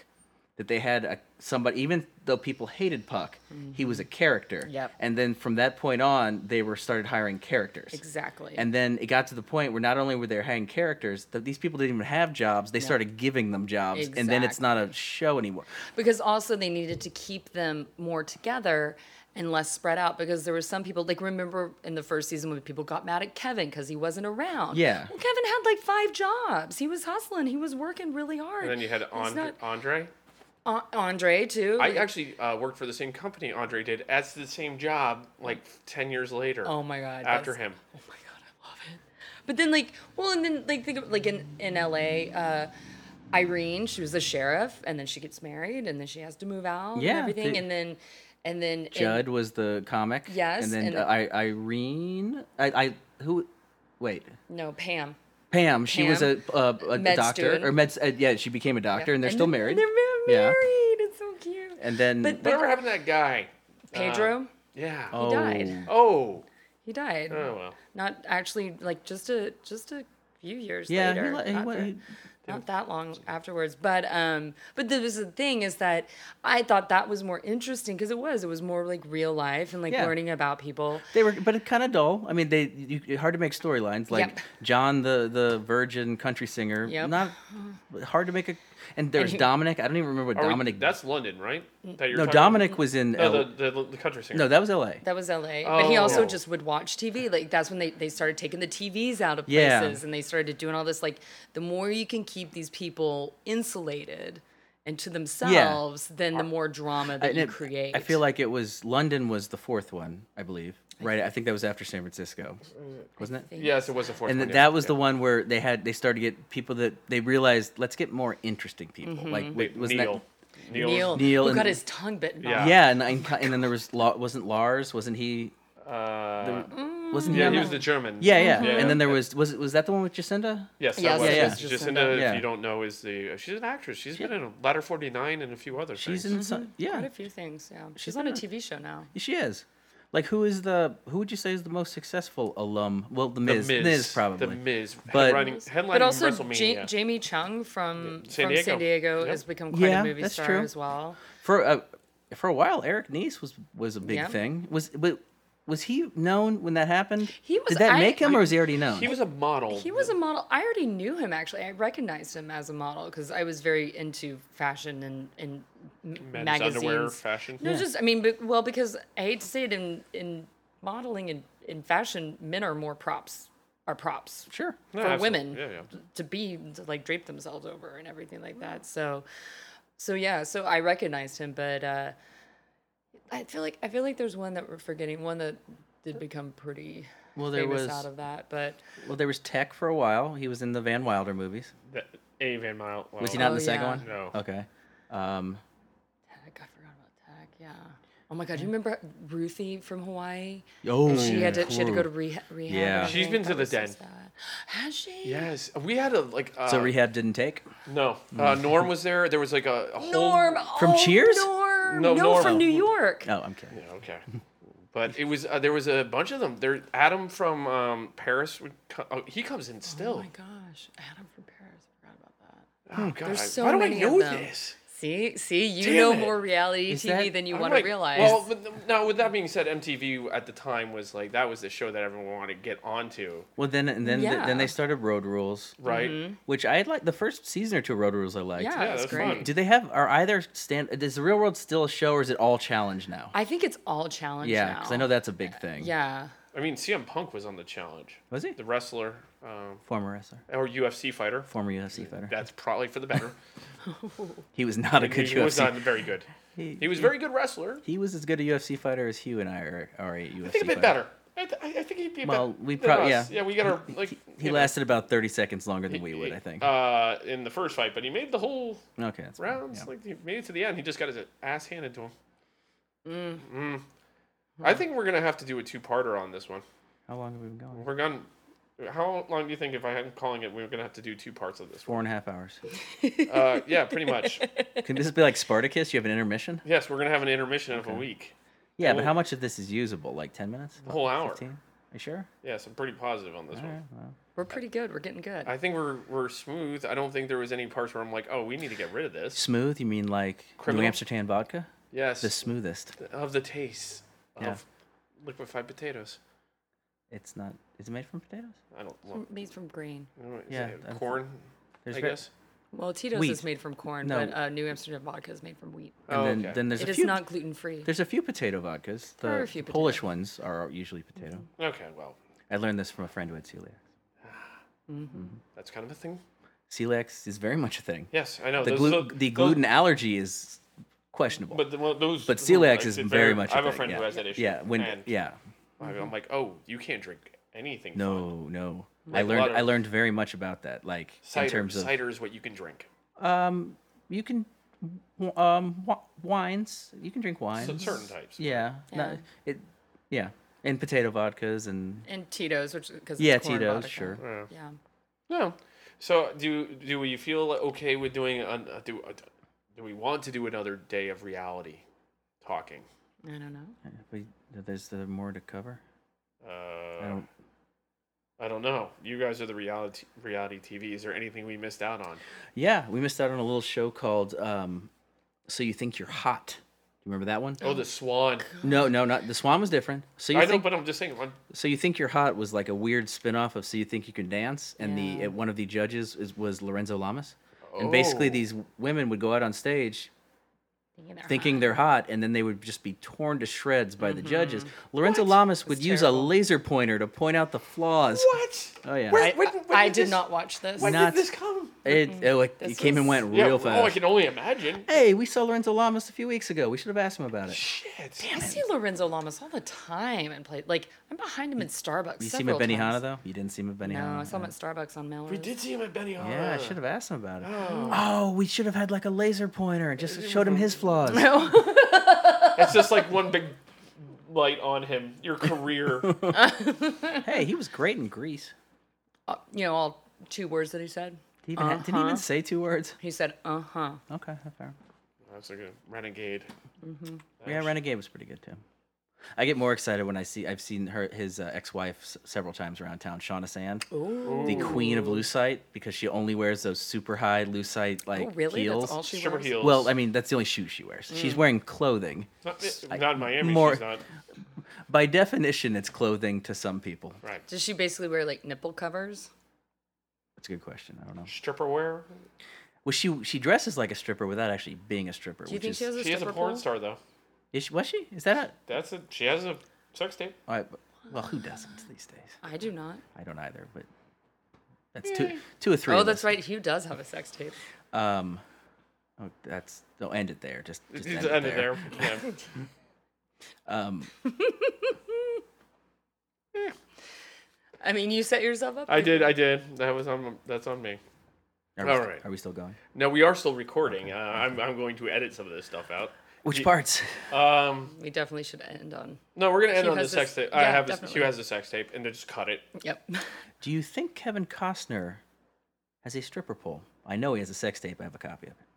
S3: that they had a somebody. Even though people hated Puck, he was a character.
S2: Mm-hmm. Yep.
S3: And then from that point on, they were started hiring characters.
S2: Exactly.
S3: And then it got to the point where not only were they hiring characters, that these people didn't even have jobs. They started giving them jobs, and then it's not a show anymore.
S2: because also they needed to keep them more together and less spread out because there were some people like remember in the first season when people got mad at Kevin because he wasn't around.
S3: Yeah.
S2: Well, Kevin had like five jobs. He was hustling. He was working really hard.
S1: And then you had
S2: He's
S1: Andre. Andre.
S2: not, A- Andre too.
S1: I actually uh, worked for the same company Andre did. That's the same job like ten years later.
S2: oh my god.
S1: After
S2: that's-
S1: him.
S2: Oh my god, I love it. But then like well and then like think of like in in LA uh Irene, she was the sheriff, and then she gets married, and then she has to move out
S3: Yeah,
S2: and everything,
S3: the-
S2: and then, and then in-
S3: Judd was the comic.
S2: Yes,
S3: And then
S2: and-
S3: uh, I, Irene. I, I who? Wait.
S2: no, Pam,
S3: Pam. She was a,
S2: Pam,
S3: a, a
S2: med
S3: doctor
S2: student.
S3: or med. Uh, yeah, she became a doctor, and they're still
S2: then-
S3: married.
S2: They're ma-
S3: Yeah.
S2: married. It's so cute.
S3: And uh, then
S2: But- but-
S1: Whatever happened to that guy? Um,
S2: Pedro,
S1: Yeah.
S3: oh,
S2: died.
S1: Oh.
S2: he died.
S1: Oh well.
S2: Not actually, like just a just a few years
S3: Yeah, he
S2: later.
S3: li- he
S2: not
S3: wa-
S2: very-
S3: he-
S2: not that long afterwards but um but the, the thing is that i thought that was more interesting because it was it was more like real life and like
S3: Yeah.
S2: learning about people
S3: They were, but it kind of dull. I mean, they you, you- hard to make storylines like
S2: Yep.
S3: John the the virgin country singer.
S2: Yep.
S3: Not hard to make a. And there's
S2: he-
S3: Dominic. I don't even remember what
S1: Are we-
S3: Dominic.
S1: that's London, right?
S2: Mm.
S1: That you're
S3: no,
S1: talking-
S3: Dominic was in.
S1: No,
S3: L-
S1: the, the, the country singer.
S3: no, that was L.A.
S2: that was la but he also
S1: Oh.
S2: just would watch tv like that's when they, they started taking the tvs out of
S3: Yeah.
S2: places and they started doing all this like the more you can keep these people insulated and to themselves then the more drama that
S3: And
S2: you
S3: it-
S2: create
S3: I feel like it was London was the fourth one, I believe. Right, I think that was after San Francisco,
S2: Mm,
S3: wasn't it?
S1: yes, it was the fourth.
S3: and
S1: one,
S3: th-
S1: yeah.
S3: that was the one where they had they started to get people that they realized let's get more interesting people
S2: Mm-hmm.
S3: like
S1: Yeah.
S3: w- wasn't
S1: Neil. Neil. was-
S2: neil,
S3: Neil
S2: who
S3: and-
S2: got his tongue bitten
S1: Yeah.
S3: that yeah and and, and then there was La- wasn't Lars wasn't he
S1: Uh,
S3: wasn't
S1: yeah,
S3: he,
S1: he
S3: on
S1: was
S3: that?
S1: the German.
S3: yeah yeah
S2: Mm-hmm.
S1: Yeah.
S3: and then there was was it- was that the one with Jacinda
S1: Yes, that
S2: Yes,
S1: was.
S3: yeah,
S1: Jacinda,
S2: yeah. Jacinda.
S1: if
S3: Yeah.
S1: you don't know, is the she's an actress. She's been in a Ladder 49 and a few other
S3: she's
S1: things.
S2: Mm-hmm.
S3: in some
S2: Quite
S3: yeah
S2: a few things, yeah.
S3: She's
S2: She's on a
S3: been on-
S2: TV show now.
S3: she is like who is the who would you say is the most successful alum well the Miz
S1: the Miz,
S3: probably
S1: The Miz,
S3: But-
S1: headlining, headlining
S2: But also,
S1: WrestleMania.
S2: Ja- Jamie Chung from
S1: San Diego.
S2: San Diego, from San Diego
S1: Yep.
S2: has become quite
S3: Yeah,
S2: a movie
S3: that's
S2: star
S3: true.
S2: as well.
S3: for a for a while Eric Nice was was a big
S2: Yeah.
S3: thing was but was he known when that happened
S2: He was-
S3: did that
S2: I-
S3: make him or was he already known
S1: he was a model.
S2: He was a model. I already knew him actually. I recognized him as a model because I was very into fashion and, and m-
S1: men's
S2: magazines.
S1: underwear fashion.
S2: No, just I mean, but, well, because I hate to say it, in in modeling and in fashion, men are more props. Are props
S3: sure
S1: No,
S2: for
S1: absolutely.
S2: women
S1: Yeah, yeah.
S2: to be to like drape themselves over and everything like that. So, so yeah, so I recognized him, but uh, I feel like I feel like there's one that we're forgetting, one that did become pretty
S3: Well, there
S2: famous
S3: was-
S2: out of that. But
S3: Well, there was Tech for a while. He was in the Van Wilder movies.
S1: That, a Van Mile. Well, uh,
S3: Was he not in
S2: Oh,
S3: the second
S2: yeah.
S3: one?
S1: No.
S3: Okay. Um,
S2: Tech, I forgot about Tech. Yeah. Oh my God, you remember Ruthie from Hawaii?
S3: oh,
S2: She had to she had to go to
S3: cool.
S2: reha- rehab.
S3: Yeah.
S2: and
S3: She's
S2: everything.
S1: been to
S2: That
S1: the
S2: was so
S1: den.
S2: sad. Has she?
S1: Yes, we had a like. Uh,
S3: So rehab didn't take. [laughs]
S1: no, uh, Norm was there. There was like a, a whole.
S2: Norm
S3: From
S2: oh,
S3: Cheers?
S2: Norm.
S1: No,
S2: No,
S1: Norm.
S2: from New York.
S3: Oh, I'm kidding.
S1: Yeah, okay. But it was uh, there was a bunch of them. There, Adam from um, Paris would co- oh, he comes in
S2: Oh
S1: still.
S2: my gosh, Adam from Paris. I forgot about that.
S1: Oh, God,
S2: There's
S1: I-
S2: so
S1: why do I
S2: many of
S1: know
S2: them.
S1: this?
S2: See, see, you
S1: Damn
S2: know
S1: it.
S2: more reality
S3: Is
S2: TV
S3: that-
S2: than you
S1: I'm
S2: want to
S1: like-
S2: realize.
S1: Well, but th- now with that being said, MTV at the time was like that was the show that everyone wanted to get onto,
S3: Well, then and then
S2: Yeah.
S3: then they started Road Rules,
S1: right?
S2: Mm-hmm.
S3: which I had like the first season or two of Road Rules I liked.
S2: yeah,
S1: yeah,
S2: it's
S1: that's
S2: great.
S1: fun.
S3: Do they have are either stand? Is the Real World still a show or is it all challenge now?
S2: I think it's all challenge
S3: yeah,
S2: now.
S3: because I know that's a big thing.
S2: Yeah,
S1: I mean, CM Punk was on the challenge.
S3: Was he
S1: The wrestler um,
S3: former wrestler,
S1: or UFC fighter.
S3: former UFC fighter?
S1: That's probably for the better.
S3: He was not
S1: he
S3: a good UFC.
S1: was not very good.
S3: He-
S1: He was a very good wrestler.
S3: [laughs] He was as good a UFC fighter as Hugh and I are, are a UFC.
S1: I think a bit
S3: fighter.
S1: better. I, th- I I think he'd be a
S3: Well,
S1: bit
S3: we
S1: than
S3: prob-
S1: us.
S3: yeah.
S1: yeah we got our like
S3: He, he
S1: you know,
S3: lasted about thirty seconds longer than we would, I think.
S1: uh, in the first fight, but he made the whole
S3: Okay. That's fine,
S1: rounds.
S3: yeah.
S1: Like he made it to the end. He just got his ass handed to him. Mm. I think we're gonna have to do a two-parter on this one.
S3: How long have we been going?
S1: We're gonna. How long do you think if I'm calling it, we're gonna have to do two parts of this?
S3: Four and a half
S1: [laughs]
S3: hours.
S1: Uh, yeah, pretty
S3: [laughs]
S1: much.
S3: Can this be like Spartacus? You have an intermission?
S1: Yes, we're gonna have an intermission of a week.
S3: Yeah, but
S1: Well-
S3: how much of this is usable? Like 10 minutes?
S1: The whole hour.
S3: 15? Are you sure?
S1: Yes, I'm pretty positive on this
S3: All
S1: one.
S3: right, well.
S2: we're pretty good. We're getting good.
S1: I think we're we're smooth. I don't think there was any parts where I'm like, oh, we need to get rid of this.
S3: Smooth? You mean like
S1: Criminal?
S3: New Amsterdam vodka?
S1: Yes,
S3: The smoothest.
S1: of the taste
S3: Yeah.
S1: of liquefied potatoes.
S3: It's not. Is it made from potatoes?
S1: I don't. Well,
S2: From- Made from grain.
S1: I don't know, is
S3: Yeah,
S1: it
S3: I'm-
S1: corn.
S3: There's
S1: I
S3: ve-
S1: guess.
S2: Well, Tito's
S3: Wheat.
S2: is made from corn,
S3: No.
S2: but uh, New Amsterdam vodka is made from wheat.
S3: And
S1: Oh,
S3: then,
S1: okay.
S3: then there's
S2: It
S3: a
S2: is
S3: few.
S2: not gluten free.
S3: There's a few potato vodkas. The
S2: There are a few potato
S3: Polish ones are usually potato.
S1: Okay, well,
S3: I learned this from a friend who had celiac.
S1: that's kind of a thing.
S3: Celiac is very much a thing.
S1: Yes, I know.
S3: The,
S1: those-
S3: glu-
S1: those-
S3: the
S1: those-
S3: gluten allergy is questionable.
S1: But the, well, those.
S3: But
S1: those,
S3: celiac
S1: like,
S3: is
S1: it's
S3: very much.
S1: I have a
S3: thing,
S1: friend
S3: yeah.
S1: who has that issue.
S3: Yeah, when
S1: and
S3: yeah,
S1: I'm like, oh, you can't drink anything. fine."
S3: no, no. I
S1: Like a lot
S3: learned I
S1: of-
S3: learned very much about that. Like
S1: cider.
S3: in terms of
S1: cider is what you can drink.
S3: um, you can w- um wi- wines. You can drink wines.
S1: So, certain types.
S3: Yeah, Not,
S2: Yeah.
S3: it. Yeah, and potato vodkas and
S2: And Tito's, which because
S3: yeah,
S2: it's corn
S3: Tito's.
S2: vodka.
S3: Sure.
S1: Yeah.
S2: Yeah.
S1: No. So do do you feel okay with doing? An, uh, do uh, do we want to do another day of reality talking?
S2: I don't know.
S3: Yeah, We, there's the more to cover.
S1: Uh,
S3: I don't.
S1: I don't know. You guys are the reality reality TV. Is there anything we missed out on?
S3: Yeah, we missed out on a little show called um, "So You Think You're Hot." You remember that one?
S1: Oh, the Swan.
S3: No, no, not the Swan was different. So you
S1: I know,
S3: think
S1: but I'm just saying. One,
S3: so you think you're hot was like a weird spin-off of So You Think You Can Dance, and the
S2: Yeah.
S3: uh, one of the judges is, was Lorenzo Lamas, and basically
S1: Oh.
S3: these women would go out on stage
S2: Thinking they're
S3: thinking they're hot, and then they would just be torn to shreds by the judges. Lorenzo
S1: Mm-hmm. What?
S3: Lamas would
S2: That's
S3: use a
S2: terrible.
S3: laser pointer to point out the flaws.
S1: What?
S3: Oh, yeah.
S2: I, I did not watch this.
S1: When
S3: Not-
S1: did this come?
S3: It, oh, it, it
S2: This
S3: came and
S2: was-
S3: went
S1: Yeah,
S3: real fast.
S1: Oh, I can only imagine.
S3: hey, we saw Lorenzo Lamas a few weeks ago. We should have asked him about it.
S1: Shit.
S2: I see Lorenzo Lamas all the time and play like I'm behind him in Starbucks.
S3: You see him at
S2: several
S3: Benihana
S2: times.
S3: though? You didn't see him at Benihana.
S2: No, I saw him at Starbucks on Melrose.
S1: We did see him at Benihana.
S3: Yeah, I should have asked him about it.
S1: Oh.
S3: Oh, we should have had like a laser pointer and just showed him his flaws.
S1: [laughs] That's just like one big light on him. Your
S3: [laughs]
S1: career.
S3: hey, he was great in Greece.
S2: Uh, you know, all two words that he said.
S3: Did he even, ha- didn't he
S1: Uh-huh.
S3: even say two words?
S2: He said, "Uh huh."
S3: Okay, fair.
S1: That's like a renegade.
S3: Yeah, Renegade was pretty good too. I get more excited when I see I've seen her his uh, ex-wife s- several times around town, Shauna Sand, the queen of lucite, because she only wears those super high lucite like
S2: Oh, really?
S3: heels.
S2: That's all she
S1: Stripper
S2: wears. Mm.
S1: heels.
S3: well, I mean that's the only shoe she wears. She's wearing clothing.
S1: not, not in Miami.
S3: more-
S1: She's not.
S3: By definition, it's clothing to some people.
S1: Right.
S2: Does she basically wear like nipple covers?
S3: That's a good question. I don't know.
S1: Stripper wear.
S3: Well, she she dresses like a stripper without actually being a stripper.
S2: Do you
S3: which
S2: think
S3: is,
S2: she has a
S1: She is a
S2: stripper
S1: porn
S2: pole?
S1: star though.
S3: Is she, was she? Is that how?
S1: That's a. She has a sex tape.
S3: All right, but, well, who doesn't these days?
S2: I do not.
S3: I don't either, but that's two, two or three.
S2: oh,
S3: of
S2: that's
S3: us.
S2: right. Hugh does have a sex tape.
S3: Um, oh, that's. Don't end it there. Just, just end,
S1: Just
S3: it
S1: end
S3: there.
S1: there.
S2: [laughs]
S1: Yeah.
S3: Um,
S2: I mean, you set yourself up.
S1: I did. I did. That was on. That's on me.
S3: are we,
S1: All
S3: st-
S1: right.
S3: Are we still going?
S1: No, we are still recording. Uh, I'm. I'm going to edit some of this stuff out.
S3: Which
S1: Ye-
S3: parts?
S1: Um.
S2: We definitely should end on.
S1: No, we're gonna end
S2: She
S1: on the
S2: has
S1: sex
S2: this-
S1: tape. I
S2: yeah,
S1: have. This, she
S2: definitely.
S1: has a sex tape, and then just cut it.
S2: Yep. [laughs]
S3: Do you think Kevin Costner has a stripper pole? I know he has a sex tape. I have a copy of it.